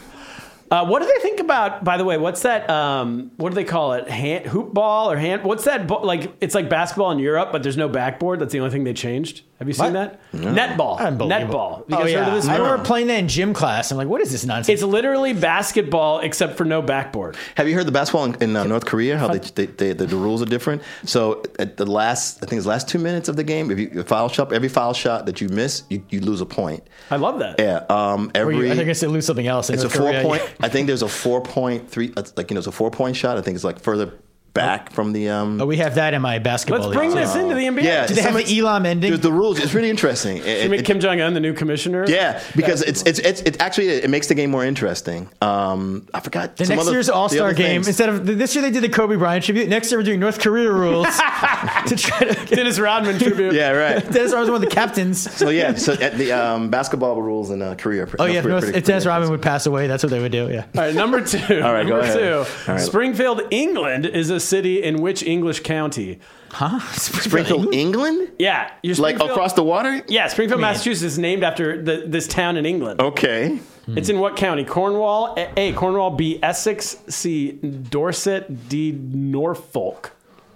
S3: Uh, what do they think about? By the way, what's that? Um, what do they call it? Hand hoop ball or hand? What's that? Bo- like it's like basketball in Europe, but there's no backboard. That's the only thing they changed. Have you seen
S4: What?
S3: that? Netball.
S4: Unbelievable.
S3: Netball. You guys
S4: oh, yeah.
S3: heard of this?
S4: I
S3: sport?
S4: remember playing that in gym class. I'm like, what is this nonsense?
S3: It's literally basketball except for no backboard.
S7: Have you heard the basketball in, in uh, North Korea? How they, they, they, the, the rules are different. So at the last, I think it's last two minutes of the game, if you you foul shot, every foul shot that you miss, you, you lose a point.
S3: I love that.
S7: Yeah. Um.
S4: Or
S7: Every.
S4: you- I think I said lose something else. in
S7: it's a
S4: North
S7: four
S4: Korea.
S7: point. I think there's a four point three. uh, Like you know, it's a four point shot. I think it's like further back from the. Um,
S4: But we have that in my basketball.
S3: Let's bring
S4: league,
S3: this
S4: too.
S3: into the NBA.
S7: yeah.
S4: Do they have
S7: someone-
S4: the Elam ending?
S7: There's the rules. It's really interesting. It-
S3: You
S7: it-
S3: make
S7: it-
S3: Kim Jong Un the new commissioner.
S7: yeah, because it's, it's it's it's actually it makes the game more interesting. Um, I forgot
S4: The
S7: some
S4: next
S7: other-
S4: year's
S7: the
S4: All Star
S7: other
S4: game,
S7: things.
S4: instead of this year they did the Kobe Bryant tribute. Next year we're doing North Korea rules to try to. Get,
S3: Dennis Rodman tribute.
S7: Yeah, right.
S4: Dennis Rodman's one of the captains.
S7: So yeah, so at the um, basketball rules in uh, Korea. are pre-
S4: Oh
S7: no,
S4: yeah, if,
S7: pretty-
S4: North,
S7: pretty-
S4: if Dennis
S7: pretty-
S4: Rodman would pass away, that's what they would do. Yeah.
S3: All right, number two.
S7: All right, go
S3: number
S7: ahead.
S3: two.
S7: All right.
S3: Springfield, England, is a city in which English county?
S4: Huh?
S7: Springfield, England,
S3: Yeah, you're
S7: like
S3: Springfield-
S7: across the water.
S3: Yeah, Springfield, Massachusetts is named after the, this town in England.
S7: Oh. Okay,
S3: It's in what county? Cornwall, A, A, Cornwall, B, Essex, C, Dorset, D, Norfolk.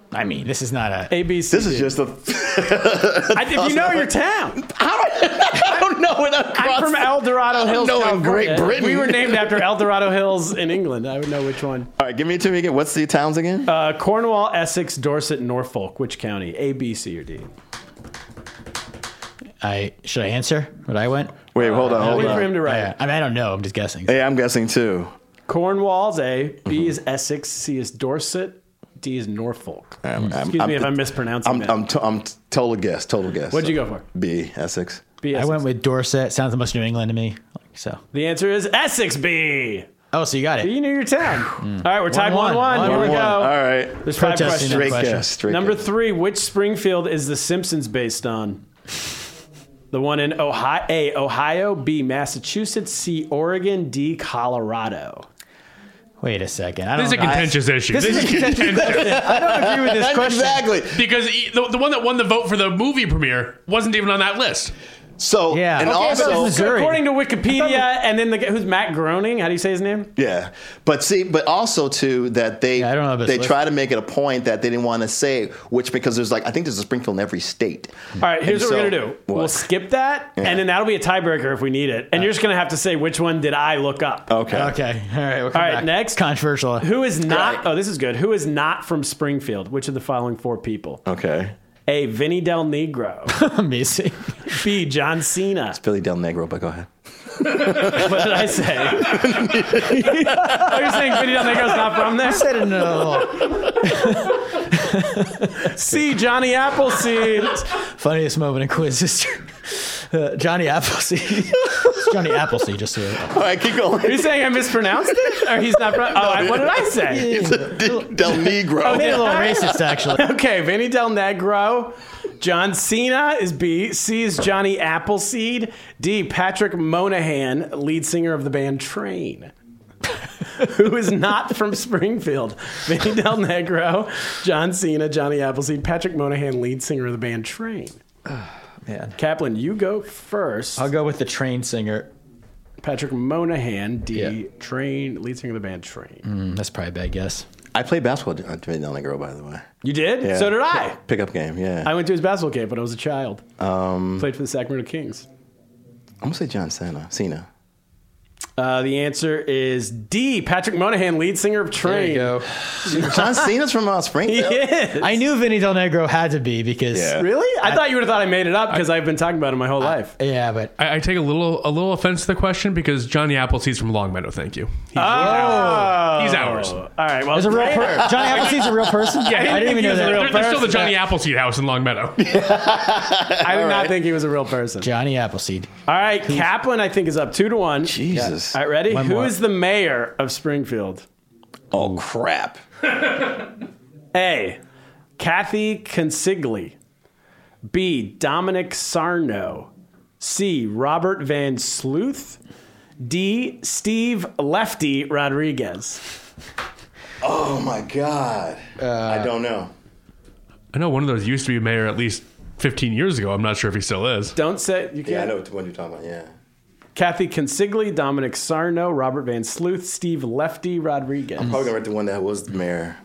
S4: I mean, this is not a.
S3: A, B, C.
S7: this is
S3: D.
S7: just a.
S3: I, if you know your town.
S7: How do I, I don't know what
S3: I'm from El Dorado
S7: don't
S3: Hills,
S7: know in
S3: California.
S7: Great Britain.
S3: We were named after El Dorado Hills in England. I would know which one.
S7: All right, give me to me again. What's the towns again?
S3: Uh, Cornwall, Essex, Dorset, Norfolk. Which county? A, B, C, or D?
S4: I should I answer what I went?
S7: Wait, hold on, hold
S3: uh, Wait for
S7: on.
S3: him to write.
S4: Yeah. I mean, I don't know. I'm just guessing.
S7: Hey, I'm guessing too.
S3: Cornwall's A,
S7: Mm-hmm.
S3: B is Essex, C is Dorset, D is Norfolk.
S7: I'm, I'm,
S3: Excuse me if I'm mispronouncing
S7: I'm,
S3: that.
S7: I'm, t- I'm t- total guess, total guess.
S3: What'd you go for?
S7: B, Essex.
S3: B,
S4: I
S3: Essex.
S4: went with Dorset. Sounds the most New England to me. So.
S3: the answer is Essex B.
S4: Oh, so you got it.
S3: You knew your town. All right, we're tied
S4: One,
S3: one one.
S4: one.
S3: Here we
S4: One,
S3: go.
S4: one.
S7: Hmm. All right.
S3: There's five questions.
S4: Protesting that
S7: Straight
S4: question.
S7: guess, straight
S3: Number
S7: guess.
S3: three, which Springfield is The Simpsons based on? The one in Ohio, A, Ohio, B, Massachusetts, C, Oregon, D, Colorado.
S4: Wait a second. I don't
S5: This is a
S4: know.
S5: contentious issue. This, is, contentious
S4: I don't agree with this question.
S7: Exactly.
S5: because e- the, the one that won the vote for the movie premiere wasn't even on that list.
S7: So,
S4: Yeah.
S7: and
S4: Okay, but
S7: also,
S4: this is- Missouri.
S3: According to Wikipedia, and then the guy who's Matt Groening, how do you say his name?
S7: Yeah, but see, but also too that they
S4: Yeah, I don't know about
S7: they
S4: this
S7: try to make it a point that they didn't want to say which because there's like I think there's a Springfield in every state.
S3: All right, here's
S7: And
S3: what we're
S7: so-
S3: gonna do.
S7: What?
S3: We'll skip that,
S7: Yeah.
S3: and then that'll be a tiebreaker if we need it. And you're just gonna have to say which one did I look up.
S7: Okay.
S4: Okay. All right. We'll come
S3: All right,
S4: back.
S3: next.
S4: Controversial.
S3: Who is not?
S7: Right.
S3: Oh, this is good. Who is not from Springfield? Which of the following four people?
S7: Okay.
S3: A. Vinny Del Negro.
S4: Amazing.
S3: B. John Cena.
S7: Billy Del Negro, but go ahead.
S3: What did I say? Are you saying Vinny Del Negro's not from there?
S4: Said it in a little
S3: C. Johnny Appleseed.
S4: funniest moment in quiz history. Uh, Johnny Appleseed, It's Johnny Appleseed, just so you know.
S7: All right, keep going.
S3: You're saying I mispronounced it? Or he's not. Pro- oh, I, what did I say?
S7: He's a D- Del
S4: I made it a
S7: Negro.
S4: little racist, actually.
S3: Okay, Vinny Del Negro. John Cena is B. C is Johnny Appleseed. D. Patrick Monahan, lead singer of the band Train. Who is not from Springfield? Vinny Del Negro, John Cena, Johnny Appleseed, Patrick Monahan, lead singer of the band Train.
S4: Man.
S3: Kaplan, you go first.
S4: I'll go with the train singer.
S3: Patrick Monahan, D.
S4: Yeah.
S3: Train, lead singer of the band Train.
S4: Mm, that's probably a bad guess.
S7: I played basketball at Del Negro, by the way.
S3: You did?
S7: Yeah.
S3: So did I.
S7: Pickup game, yeah.
S3: I went to his basketball camp when I was a child. Um, Played for the Sacramento Kings.
S7: I'm gonna say John Cena. Cena.
S3: Uh, the answer is D. Patrick Monahan, lead singer of Train.
S4: There you go.
S7: John Cena's from uh, Springfield.
S3: Yeah.
S4: I knew Vinny Del Negro had to be because.
S7: Yeah.
S3: Really? I, thought you would have thought I made it up because I've been talking about it my whole life.
S4: Yeah, but
S5: I, I take a little a little offense to the question because Johnny Appleseed's from Longmeadow. Thank you. He's,
S3: Oh,
S5: he's ours.
S3: All right. Well,
S4: there's a real person. Johnny Appleseed's a real person. Yeah, I didn't even know
S3: he's a
S4: that.
S3: real
S5: they're, they're still the
S3: person.
S5: Johnny Appleseed house in Longmeadow.
S3: I did not think he was a real person.
S4: Johnny Appleseed.
S3: All right, Kaplan, I think is up two to one.
S7: Jesus.
S3: All right, ready? Who
S4: One
S3: is
S4: more.
S3: the mayor of Springfield?
S7: Oh crap.
S3: A. Kathy Consigli. B. Dominic Sarno. C. Robert Van Sleuth. D. Steve Lefty Rodriguez.
S7: Oh my God. I don't know.
S5: I know one of those used to be mayor at least 15 years ago. I'm not sure if he still is.
S3: Don't say you can't.
S7: Yeah, I know what one you're talking about. Yeah.
S3: Kathy Consigli, Dominic Sarno, Robert Van Sleuth, Steve Lefty Rodriguez.
S7: Probably gonna write the one that was the mayor.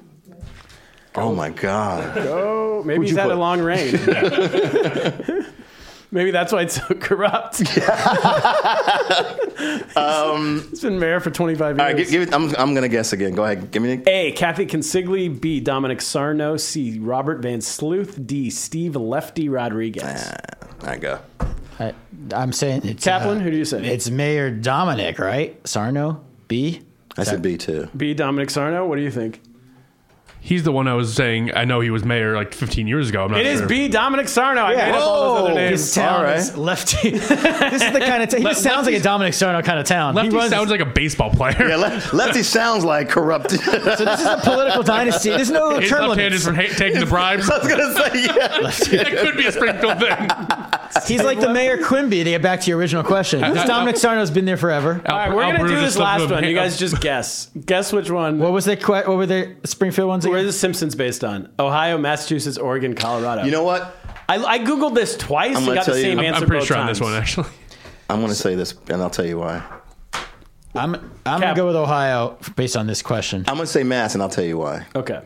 S7: Oh my God.
S3: Oh, maybe he's
S7: you
S3: had a
S7: put?
S3: long reign. maybe that's why it's so corrupt. it's been mayor for 25 years.
S7: Um, All right, give, give it. I'm, I'm gonna guess again. Go ahead. Give me. The,
S3: A. Kathy Consigli. B. Dominic Sarno. C. Robert Van Sleuth. D. Steve Lefty Rodriguez.
S7: I go.
S4: I, I'm saying it's.
S3: Kaplan,
S4: uh,
S3: who do you say?
S4: It's Mayor Dominic, right? Sarno? B?
S7: I said B too.
S3: B. Dominic Sarno. What do you think?
S5: He's the one I was saying. I know he was mayor like 15 years ago. I'm not
S3: It
S5: sure.
S3: is B. Dominic Sarno. I made up all those other
S4: Whoa,
S3: names.
S4: His town
S7: All right.
S4: is Lefty. this is the kind of town. He just sounds like a Dominic Sarno kind of town.
S5: Lefty
S4: he runs,
S5: sounds like a baseball player.
S7: Yeah, le- lefty sounds like corrupt. I
S4: so this is a political dynasty. There's no
S5: His
S4: term
S5: left hand is
S4: limits.
S5: from ha- taking the bribes.
S7: was gonna say yeah.
S5: that could be a Springfield thing.
S4: He's like the Mayor Quimby, to get back to your original question. This Dominic Sarno's been there forever.
S3: All right, we're
S5: Al
S3: gonna do
S5: Bruce
S3: this
S5: is still
S3: last
S5: doing
S3: one. You
S5: makeup.
S3: guys just guess. Guess which one.
S4: What was the que- what were the Springfield ones
S3: Where are
S4: again?
S3: the Simpsons based on? Ohio, Massachusetts, Oregon, Colorado.
S7: You know what?
S3: I, I googled this twice and
S7: gonna
S3: got the
S7: tell you-
S3: same
S7: I'm-
S3: answer.
S5: I'm pretty
S3: both
S5: sure on
S3: times.
S5: this one actually.
S7: I'm gonna say this, and I'll tell you why.
S4: I'm I'm gonna
S3: Cap-
S4: go with Ohio based on this question.
S7: I'm gonna say mass, and I'll tell you why.
S3: Okay.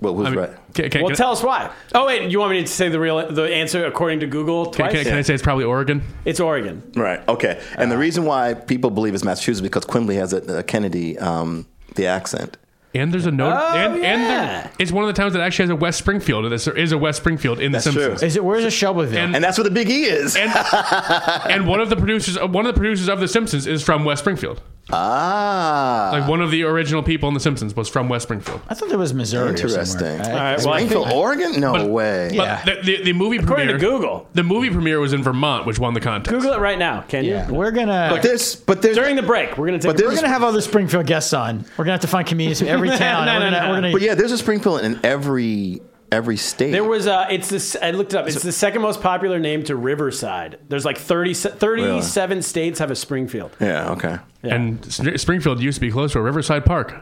S7: Well, who's
S5: I mean,
S7: right?
S5: can, can,
S3: Well,
S5: can-
S3: tell us why. Oh wait, you want me to say the real the answer according to Google
S5: can-
S3: twice?
S5: can I say it's probably Oregon?
S3: It's Oregon.
S7: Right. Okay. And the reason why people believe it's Massachusetts because Quimbley has a, a Kennedy, um, the accent.
S5: And there's a no. and, and
S3: yeah.
S5: there, it's one of the towns that actually has a West Springfield. There is a West Springfield in
S7: That's
S5: The
S7: true.
S5: Simpsons.
S4: Is it where's the Shelbyville?
S5: And-
S7: And that's what the Big E is.
S5: And, and one of the producers, uh, one of the producers of The Simpsons, is from West Springfield.
S7: ah.
S5: Like one of the original people in The Simpsons was from West Springfield.
S4: I thought there was Missouri. or somewhere.
S7: Interesting.
S4: I-
S7: All
S3: right, well, I
S7: Springfield, Oregon? No
S5: But-
S7: way.
S5: But
S4: Yeah.
S5: the, the, the movie
S3: According
S5: premiere,
S3: to Google.
S5: the movie premiere was in Vermont, which won the contest.
S3: Google it right now, can
S4: yeah,
S3: you?
S4: we're gonna
S7: But there's, but there's,
S3: During the break, we're gonna take.
S7: But
S3: a break.
S4: we're gonna have other Springfield guests on. We're gonna have to find comedians from every town.
S3: No,
S4: we're
S3: no,
S4: gonna,
S3: no,
S4: we're
S3: no.
S4: gonna
S7: but yeah, there's a Springfield in every every state.
S3: There was uh it's this I looked it up. It's the second most popular name to Riverside. There's like 30 37 states have a Springfield.
S7: yeah, okay.
S5: And S- Springfield used to be close to a Riverside Park,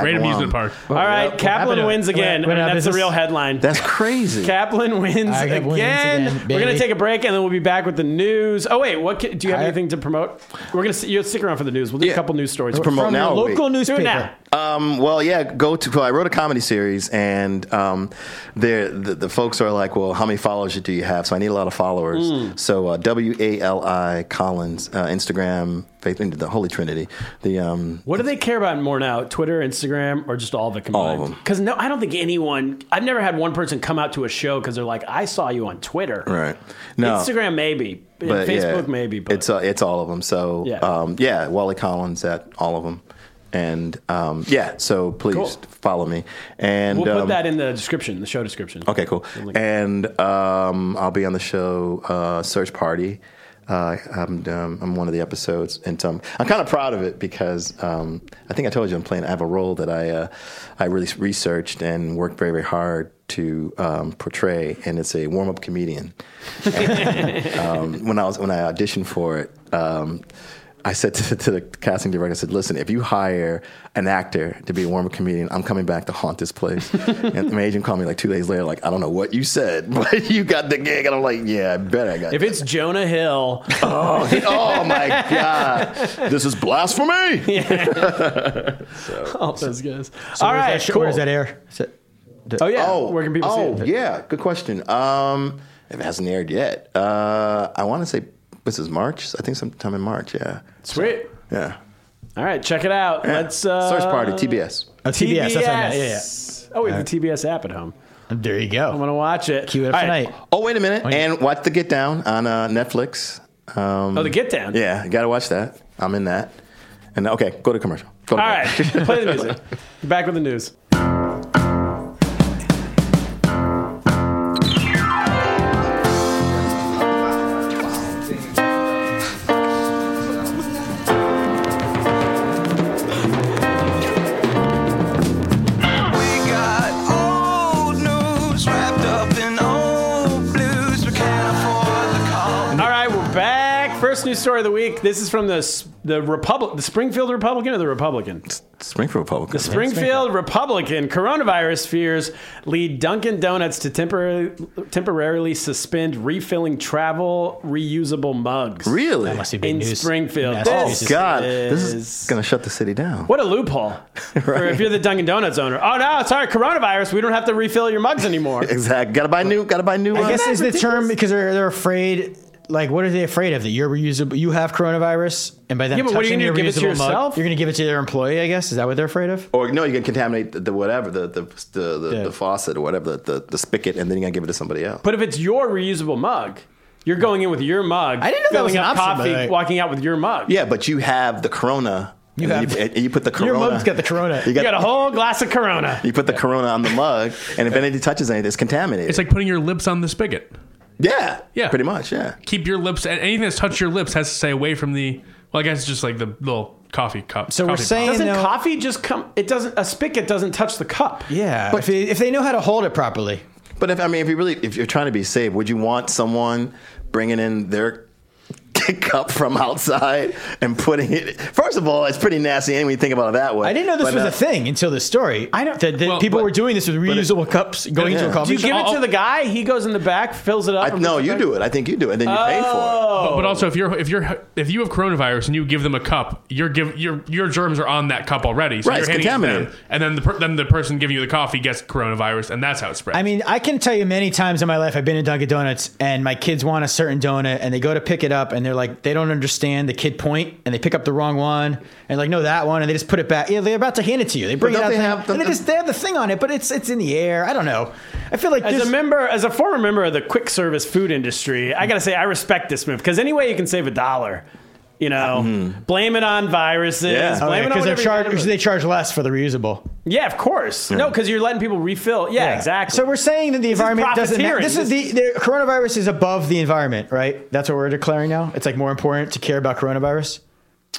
S5: great
S7: Agawam.
S5: amusement park.
S3: All right,
S4: what happened
S3: Kaplan
S4: to-
S3: wins
S4: what-
S3: again.
S4: what
S3: I mean,
S4: happened
S3: that's
S4: to
S3: the real
S4: this-
S3: headline.
S7: That's crazy.
S3: Kaplan wins
S4: I
S3: again.
S4: got wins again,
S3: We're gonna
S4: baby.
S3: take a break and then we'll be back with the news. Oh wait, what ca- do you have
S4: I-
S3: anything to promote? We're gonna you stick around for the news. We'll do a
S7: Yeah.
S3: couple news stories.
S7: promote
S4: from
S7: now
S4: your
S7: or wait?
S4: local
S3: Do
S4: newspaper.
S3: it now.
S7: Um, well, yeah, go to. Well, I wrote a comedy series, and um, there the, the folks are like, "Well, how many followers do you have?" So I need a lot of followers.
S3: Hmm.
S7: So uh, W A L I Collins, uh, Instagram, Facebook, the Holy Trinity, the um,
S3: What do they care about more now? Twitter, Instagram, or just all of it combined?
S7: All of 'em.
S3: Because no, I don't think anyone. I've never had one person come out to a show because they're like, "I saw you on Twitter."
S7: right. No,
S3: Instagram maybe, and
S7: but yeah,
S3: Facebook maybe, but
S7: it's uh, it's all of them. So
S3: Yeah.
S7: yeah, um, yeah Wally Collins at all of them, and um, yeah. So please
S3: Cool.
S7: follow me, and
S3: we'll put
S7: um,
S3: that in the description, the show description.
S7: Okay, cool. And um, I'll be on the show uh, Search Party Uh, I'm, um, I'm one of the episodes, and um, I'm kind of proud of it because um, I think I told you I'm playing. I have a role that I uh, I really researched and worked very very hard to um, portray, and it's a warm up comedian. um, when I was when I auditioned for it, um, I said to, to the casting director, I said, "Listen, if you hire an actor to be a warm-up comedian, I'm coming back to haunt this place." and my agent called me like two days later, like, "I don't know what you said, but you got the gig," and I'm like, "Yeah, I bet I got."
S3: If it's Jonah Hill,
S7: it. oh my god, this is blasphemy!
S3: all those guys.
S4: So
S3: all
S4: where's
S3: right,
S4: that, sh-
S3: cool.
S4: Where's that air? Is it-
S3: Oh yeah,
S7: Oh,
S3: where can people
S7: oh,
S3: see it?
S7: yeah, good question. Um, if it hasn't aired yet, uh, I want to say this is March. I think sometime in March. Yeah,
S3: Sweet.
S7: yeah.
S3: All right, check it out.
S7: yeah.
S3: Let's uh,
S7: search party TBS.
S4: Oh, TBS. That's what I meant. Yeah, yeah.
S3: TBS. Oh, we have the TBS app at home.
S4: There you
S3: I'm
S4: go.
S3: gonna watch it.
S4: Cue it up
S3: All right.
S4: tonight.
S7: Oh, wait a minute,
S4: yeah.
S7: and watch the Get Down on uh, Netflix. Um,
S3: Oh, the get down.
S7: Yeah, you got to watch that. I'm in that. And okay, go to commercial. Go to
S3: All right, play the music. Back with the news.
S6: We got old news wrapped up in old blues. We can't afford the call.
S3: All right, we're back. First news story of the week. This is from the S- the Republic, the Springfield Republican or the Republican.
S7: Springfield Republic.
S3: The Springfield Republican coronavirus fears lead Dunkin' Donuts to temporarily temporarily suspend refilling travel reusable mugs
S7: really?
S4: Must be big
S3: in
S4: news.
S3: Springfield.
S7: Oh
S4: Massachusetts.
S7: God, this is gonna shut the city down.
S3: What a loophole! For if you're the Dunkin' Donuts owner, oh no, sorry, coronavirus, we don't have to refill your mugs anymore.
S7: Exactly. Gotta buy new. Gotta buy new. uh,
S4: I
S7: ones.
S4: guess is the term because they're they're afraid. Like, what are they afraid of? That you're reusable. You have coronavirus, and by then
S3: Yeah, but what are you
S4: touching
S3: gonna
S4: your
S3: do, give it to
S4: reusable mug,
S3: yourself?
S4: you're going to give it to their employee. I guess is that what they're afraid of?
S7: or no, you can contaminate the, the whatever the the the, the,
S4: Yeah.
S7: the faucet or whatever the, the, the spigot, and then you gotta give it to somebody else.
S3: But if it's your reusable mug, you're going in with your mug.
S4: I didn't know that was
S3: filling
S4: an
S3: up
S4: option, by
S3: coffee,
S4: the way.
S3: walking out with your mug.
S7: yeah, but you have the corona.
S4: You
S7: and
S4: have-
S7: you, and you put the corona.
S4: Your mug's got the corona.
S7: You
S3: You got a whole glass of Corona.
S7: You put the corona on the mug, and if anything touches anything, it's contaminated.
S5: It's like putting your lips on the spigot.
S7: yeah,
S5: Yeah.
S7: pretty much, yeah.
S5: Keep your lips, and anything that's touched your lips has to stay away from the. Well, I guess it's just like the little coffee cup.
S4: So we're
S5: coffee pot.
S4: saying-
S3: Doesn't
S4: You know-
S3: coffee just come? It doesn't. A spigot doesn't touch the cup.
S4: Yeah, but if they, if they know how to hold it properly,
S7: But if I mean, if you really, if you're trying to be safe, would you want someone bringing in their cup from outside and putting it? First of all, it's pretty nasty. Anyway, you think about it that way.
S4: I didn't know this
S7: But,
S4: was
S7: uh,
S4: a thing until this story. I
S3: don't-
S4: that, that
S5: Well,
S4: people
S5: but-
S4: were doing this with reusable cups going to
S7: Yeah.
S4: a coffee
S3: Do you give
S4: shop.
S3: it to the guy? He goes in the back, fills it up.
S7: I,
S3: and
S7: no,
S3: puts it
S7: you
S3: back-
S7: do it. I think you do, it, and then you pay for
S3: Oh,
S5: But also, if you're if you're if you have coronavirus and you give them a cup, your give your your germs are on that cup already. So
S7: Right,
S5: you're handing it
S7: it's
S5: to
S7: contaminated.
S5: them, and then the per, then the person giving you the coffee gets coronavirus, and that's how it spreads.
S4: I mean, I can tell you many times in my life I've been in Dunkin' Donuts and my kids want a certain donut and they go to pick it up and they're like they don't understand the kid point and they pick up the wrong one and like no that one and they just put it back. Yeah, they're about to hand it to you. They bring it
S7: don't
S4: out
S7: they
S4: there,
S7: have-
S4: and they just they have the thing on it, but it's it's in the air. I don't know. I feel like
S3: As
S4: this,
S3: a member, as a former member of the quick service food industry, I gotta say I respect this move because any way you can save a dollar, you know,
S4: Mm-hmm.
S3: blame it on viruses,
S7: Yeah.
S3: blame it on
S4: because they're
S3: whatever. you-
S4: charged they charge less for the reusable.
S3: yeah, of course. No, because you're letting people refill. Yeah,
S4: Yeah.
S3: exactly.
S4: So we're saying that the environment doesn't. matter.
S3: profiteering.
S4: This is the, the coronavirus is above the environment, right? That's what we're declaring now. It's like more important to care about coronavirus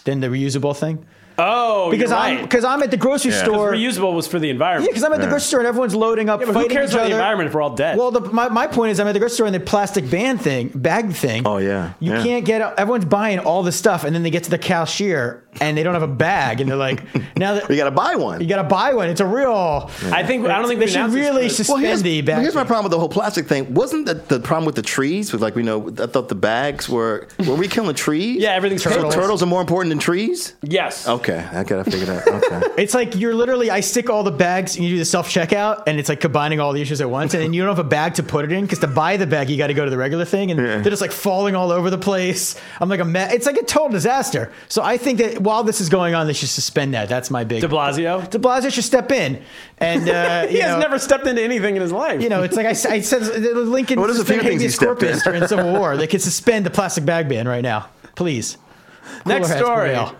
S4: than the reusable thing
S3: oh,
S4: because
S3: you're
S4: I'm
S3: right.
S4: because I'm at the grocery store. Yeah,
S3: reusable was for the environment.
S4: because I'm at the grocery store and everyone's loading up.
S3: Yeah, but who
S4: fighting
S3: cares
S4: each
S3: about the
S4: other.
S3: environment if we're all dead?
S4: Well, the, my, my point is, I'm at the grocery store and the plastic band thing, bag thing.
S7: Oh, yeah.
S4: you
S7: Yeah.
S4: can't get. Everyone's buying all the stuff, and then they get to the cashier and they don't have a bag, and they're like, now that
S7: it. You got to buy one.
S4: you got to buy one. It's a real.
S3: I think I don't think they
S4: we should
S3: announced this,
S4: really
S3: but-
S4: suspend the bag.
S7: here's my
S4: thing.
S7: problem with the whole plastic thing. Wasn't that the problem with the trees? With like we know, I thought the bags were. Were we killing trees?
S3: Yeah, everything's
S7: So
S3: turtles.
S7: turtles are more important than trees.
S3: Yes.
S4: oh.
S7: Okay, I gotta figure that. Okay.
S4: It's like you're literally. I stick all the bags. and You do the self checkout, and it's like combining all the issues at once. And then you don't have a bag to put it in because to buy the bag, you got to go to the regular thing, and they're just like falling all over the place. I'm like a mess. It's like a total disaster. So I think that while this is going on, they should suspend that. That's my big.
S3: De Blasio.
S4: De Blasio should step in, and uh,
S3: he
S4: you
S3: has
S4: know,
S3: never stepped into anything in his life.
S4: You know, it's like I, s- I said, the Lincoln.
S7: What is the few
S4: suspended
S7: things he
S4: habeas
S7: stepped
S4: corpus
S7: in?
S4: during Civil War? They could suspend the plastic bag ban right now, please.
S3: Next
S4: Cooler heads
S3: story.
S4: prevail.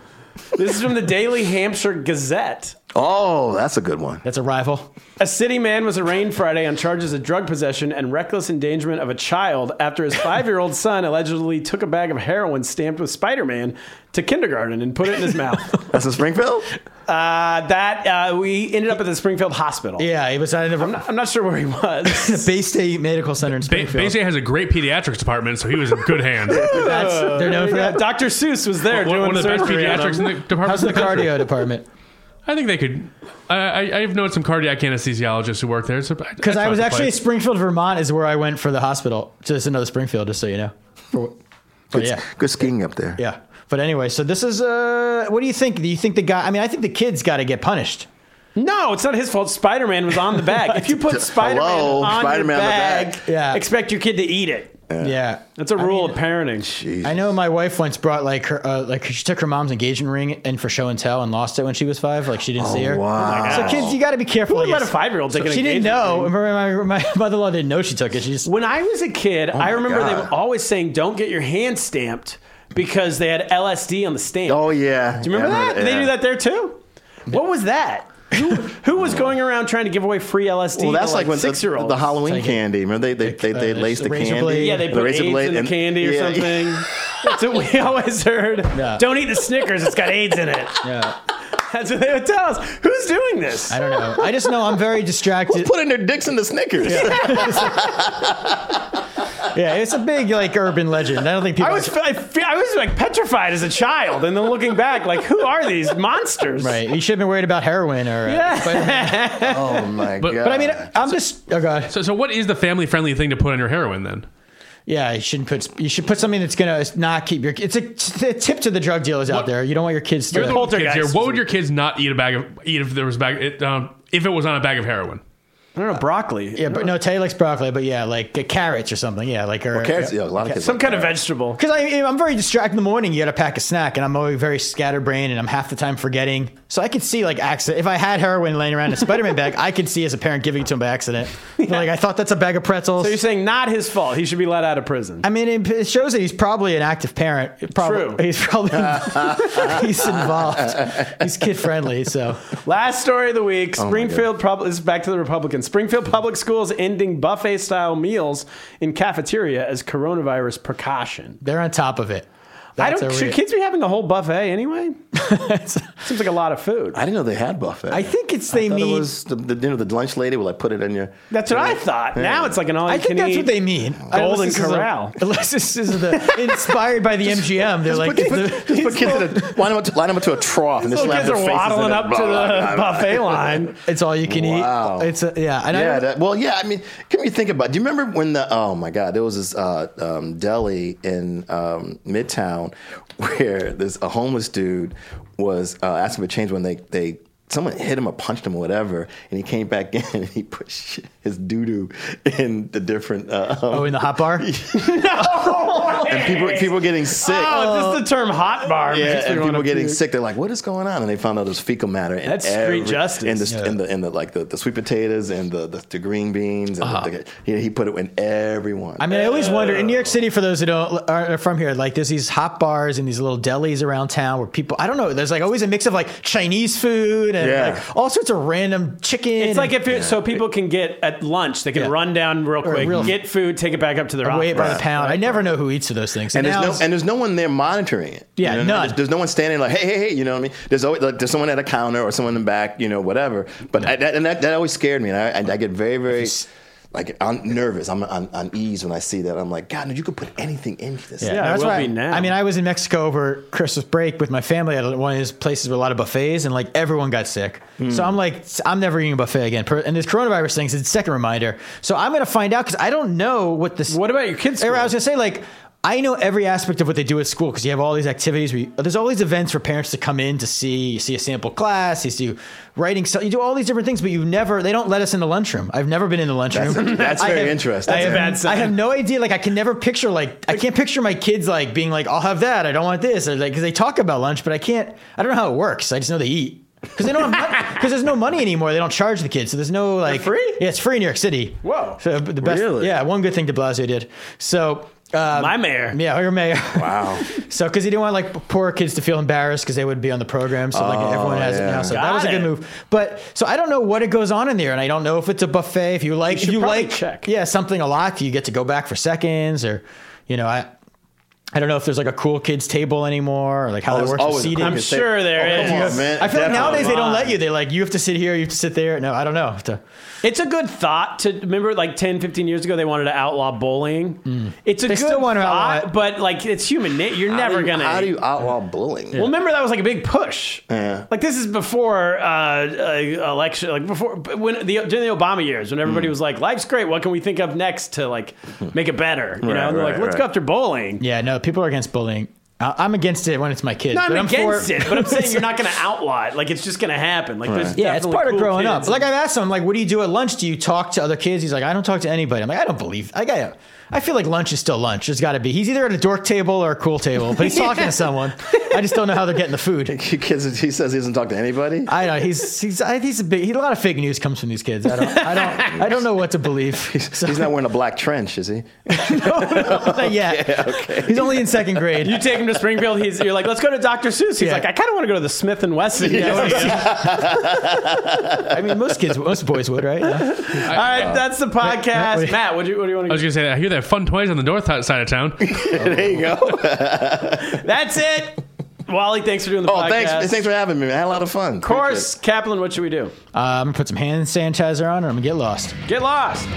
S3: This is from the Daily Hampshire Gazette.
S7: Oh, that's a good one.
S4: That's a rival.
S3: A city man was arraigned Friday on charges of drug possession and reckless endangerment of a child after his five year old son allegedly took a bag of heroin stamped with Spider Man to kindergarten and put it in his mouth.
S7: That's in Springfield?
S3: Uh, that uh, we ended up at the Springfield Hospital.
S4: Yeah, he was at the,
S3: I'm not, I'm not sure where he was.
S4: the Bay State Medical Center in
S5: Ba- Bay
S4: Springfield.
S5: State has a great pediatrics department, so he was in good hands. One-
S4: That's, they're known for
S3: Yeah,
S4: that.
S3: Dr. Uh, Seuss was there
S5: one,
S3: doing
S5: of the best
S3: surgery on
S5: pediatrics
S3: him.
S5: in the department.
S4: How's the
S5: country.
S4: cardio department?
S5: I think they could. I, I, I've known some cardiac anesthesiologists who work there. Because
S4: Because I was actually
S5: Place.
S4: Springfield, Vermont, is where I went for the hospital. Just another Springfield, just so you know. For, but
S7: Good,
S4: yeah,
S7: good skiing up there.
S4: yeah. But anyway, so this is. Uh, what do you think? Do you think the guy? I mean, I think the kid's got to get punished.
S3: No, it's not his fault. Spider Man was on the bag. If you put Spider Man
S7: Hello,
S3: on
S7: Spider-Man
S3: your
S7: on the
S3: bag,
S7: bag.
S4: Yeah.
S3: expect your kid to eat it.
S4: Yeah,
S3: That's a
S4: I
S3: rule of
S4: mean,
S3: parenting.
S7: Jeez.
S4: I know my wife once brought like her uh, like she took her mom's engagement ring and for show and tell and lost it when she was five. Like she didn't see her.
S7: wow.
S4: So kids, you got to be careful.
S3: Oh Who would
S4: I
S3: let a
S4: guess.
S3: five year old take an
S4: She didn't
S3: engagement
S4: know.
S3: ring?
S4: My, my, my mother-in-law didn't know she took it. She just
S3: When I was a kid, I
S7: Oh my
S3: remember they
S7: God.
S3: were always saying, "Don't get your hand stamped," because they had LSD on the stamp.
S7: Oh, yeah.
S3: Do you remember
S7: Yeah, I
S3: that? Did They
S7: yeah.
S3: do that there too. What was that? Who, who was going around trying to give away free LSD?
S7: Well, that's
S3: to
S7: like,
S3: like,
S7: when
S3: six
S7: the,
S3: year olds.
S7: the Halloween candy. Remember they they, they, they
S4: uh,
S7: laced the
S4: razor
S7: candy.
S4: blade.
S3: yeah, they
S7: The
S3: put
S7: razor
S3: AIDS
S7: blade
S3: in the
S7: and-
S3: candy or
S7: yeah, yeah.
S3: something. That's what we always heard.
S4: Yeah.
S3: Don't eat the Snickers; it's got AIDS in it.
S4: yeah.
S3: That's what they would tell us. Who's doing this?
S4: I don't know. I just know I'm very distracted.
S7: Putting their dicks in the Snickers.
S4: Yeah, it's a big like urban legend. I don't think people.
S3: I was I, fe- I was like petrified as a child, and then looking back, like, who are these monsters?
S4: right. You should have been worried about heroin or. uh,
S3: Yeah.
S7: Oh my god.
S4: But I mean, I'm just. Oh god.
S5: So, so what is the family friendly thing to put on your heroin then?
S4: Yeah, you shouldn't put. You should put something that's gonna not keep your. It's a, it's a tip to the drug dealers out there. You don't want your kids to.
S5: You're the one with kids here.
S3: Poltergeist.
S5: What would your kids not eat a bag of eat if there was a bag it, um, if it was on a bag of heroin?
S3: I don't know broccoli.
S4: yeah, but no, Teddy likes broccoli, but yeah, like uh, carrots or something. Yeah, like or
S7: Carrots, yeah, a lot of kids.
S3: Some
S7: like
S3: kind of
S7: that.
S3: vegetable.
S4: Because I, I'm very distracted in the morning. You got to pack a snack, and I'm always very scatterbrained, and I'm half the time forgetting. So I could see like accident. If I had heroin laying around in a Spider-Man bag, I could see as a parent giving it to him by accident. But, Like I thought that's a bag of pretzels.
S3: So you're saying not his fault. He should be let out of prison.
S4: I mean, it, it shows that he's probably an active parent. Probably,
S3: True.
S4: He's probably he's involved. He's kid friendly, so
S3: Last story of the week.
S7: Oh
S3: Springfield public this is back to the Republicans. Springfield Public Schools ending buffet style meals in cafeteria as coronavirus precaution.
S4: they're on top of it.
S3: I
S4: That's
S3: don't
S4: a
S3: should
S4: real-
S3: kids be having the whole buffet anyway? Seems like a lot of food.
S7: I didn't know they had buffet.
S4: I think it's they
S7: I thought
S4: mean.
S7: it was the, the dinner. The lunch lady will like put it in your.
S3: That's what I thought. Now it's like an all
S4: I
S3: you
S4: think
S3: can
S4: that's
S3: eat.
S4: what they mean.
S3: Golden
S4: Unless this is a-
S3: Corral.
S4: unless this is the inspired by the MGM, they're like
S7: Put, put, just put kids in a, line them up to, line them up to a trough and just
S3: Little
S7: slap
S3: kids
S7: their
S3: are
S7: faces in
S3: waddling
S7: it.
S3: up to the buffet line.
S4: it's all you can
S7: Wow.
S4: eat. It's a, yeah, and
S7: yeah,
S4: I don't,
S7: that, well, yeah. I mean, can you think about? Do you remember when the? Oh my God, there was this uh, um, deli in um, Midtown where this a homeless dude was uh, asking for change when they they someone hit him or punched him or whatever, and he came back in and he pushed his doo doo in the different. Uh, um,
S4: oh in the hot bar.
S7: and people people getting sick.
S3: Oh, it's just the term hot bar.
S7: Yeah,
S3: makes me
S7: and
S3: wanna
S7: people getting
S3: puke.
S7: sick. They're like, "What is going on?" And they found out it was fecal matter. In
S3: That's street justice.
S7: In the, in the in the like the, the sweet potatoes and the the, the green beans. And the, he, he put it in everyone.
S4: I mean, I always wonder in New
S7: Uh.
S4: York City. For those who don't are from here, like there's these hot bars and these little delis around town where people. I don't know. There's like always a mix of like Chinese food and
S7: Yeah.
S4: like all sorts of random chicken.
S3: It's
S4: and-
S3: like if it, so people can get at lunch, they can
S4: Yeah.
S3: run down real quick,
S4: real-
S3: get food, take it back up to their
S4: weight by the
S3: office.
S4: pound. I never know who eats of those things.
S7: and
S4: now
S7: there's
S4: it's-
S7: no and there's no one there monitoring it. You
S4: Yeah,
S7: know what I mean?
S4: none.
S7: There's, there's no one standing like, hey, hey, hey. You know what I mean? There's always like there's someone at a counter or someone in the back, you know, whatever. But I, that, and that, that always scared me, and I, I, I get very very. Like I'm nervous. I'm on, on ease when I see that. I'm like, God, no, you could put anything into this.
S3: Yeah, it
S4: that's
S3: will
S4: why.
S3: be now.
S4: I mean, I was in Mexico over Christmas break with my family at one of these places with a lot of buffets, and like everyone got sick.
S7: Hmm.
S4: So I'm like, I'm never eating a buffet again. Per- And this coronavirus thing is a second reminder. So I'm gonna find out because I don't know what this.
S3: What about your kids?
S4: I
S3: school?
S4: was gonna say like. I know every aspect of what they do at school because you have all these activities. Where you, there's all these events for parents to come in to see. You see a sample class. You see writing. So you do all these different things, but you never. They don't let us in the lunchroom. I've never been in the lunchroom.
S7: That's
S4: I
S7: very
S4: have-
S7: interesting.
S4: I have,
S3: bad sign.
S4: I have no idea. Like, I can never picture. Like, I can't picture my kids like being like, "I'll have that. I don't want this." Or like, because they talk about lunch, but I can't. I don't know how it works. I just know they eat because they don't have because there's no money anymore. They don't charge the kids, so there's no like
S3: free?
S4: Yeah, it's free in New York City.
S3: Whoa.
S4: So Uh, the best.
S3: Really?
S4: Yeah, one good thing De Blasio did. So.
S7: um,
S4: um,
S3: My mayor.
S4: Yeah, your mayor.
S7: Wow.
S4: So, because he didn't want like poor kids to feel embarrassed because they would be on the program, so like everyone has it
S7: Oh, yeah.
S4: now. So
S3: Got
S4: that was a
S3: it.
S4: good move. But so I don't know what it goes on in there, and I don't know if it's a buffet. If you like,
S3: should
S4: if you
S3: probably
S4: like,
S3: check.
S4: yeah, something a lot, you get to go back for seconds, or you know, I, I don't know if there's like a cool kids table anymore, or like how that
S7: There's
S4: works with
S7: Oh, always a
S4: seating.
S7: cool
S3: I'm
S7: kids
S3: sure there
S7: table.
S3: is.
S7: Come on, man.
S4: I feel like
S7: Definitely.
S4: nowadays they
S3: Come
S4: don't let
S3: on.
S4: you. They like you have to sit here, you have to sit there. No, I don't know. To-
S3: It's a good thought to remember like 10, 15 years ago, they wanted to outlaw bullying.
S7: Mm.
S3: It's a
S4: They
S3: good
S4: still want to outlaw
S3: thought,
S4: it.
S3: but like it's human nature. You're
S7: How do
S3: never
S7: you-
S3: going to.
S7: How do you outlaw bullying?
S3: Well, remember that was like a big push.
S7: Yeah.
S3: Like this is before uh, uh, election, like before when the during the Obama years, when
S7: Mm.
S3: everybody was like, "Life's great. What can we think of next to like make it better?" You
S7: Right,
S3: know, and they're like,
S7: right,
S3: "Let's
S7: right.
S3: go after bowling."
S4: yeah, no, people are against bullying. I- I'm against it when it's my kids.
S3: No, I'm
S4: but
S3: against
S4: for-
S3: it, but I'm saying you're not going to outlaw it. Like it's just going to happen. Like there's
S4: Yeah, it's
S3: definitely
S4: part
S3: cool
S4: of growing
S3: kids.
S4: up. Like I've asked him, like, what do you do at lunch? Do you talk to other kids? He's like, I don't talk to anybody. I'm like, I don't believe. I got. I feel like lunch is still lunch. There's got to be. He's either at a dork table or a cool table, but he's talking to someone. I just don't know how they're getting the food.
S7: You kids, he says he doesn't talk to anybody.
S4: I don't. He's he's I- he's a big. He, a lot of fake news comes from these kids. I don't. I don't. I don't know what to believe. So,
S7: He's not wearing a black trench, is he?
S4: yeah. He's only in second grade.
S3: You take him to Springfield. He's you're like, "Let's go to Dr. Seuss." He's
S4: Yeah.
S3: like, "I kind of want to go to the Smith and Wesson."
S4: Yeah, I wanna see- I mean, most kids, most boys would, right? Yeah.
S3: All right, that's the podcast.
S4: wait.
S3: Matt, what do you, what do you want
S5: I
S3: to?
S5: was gonna say that I hear that fun toys on the north side of town.
S7: there you go.
S3: That's it. Wally, thanks for doing the
S7: Oh,
S3: podcast.
S7: thanks, thanks for having me. Man. I had a lot of fun.
S3: Of course, Kaplan, what should we do?
S4: Uh, I'm gonna put some hand sanitizer on, or I'm gonna get lost.
S3: Get lost.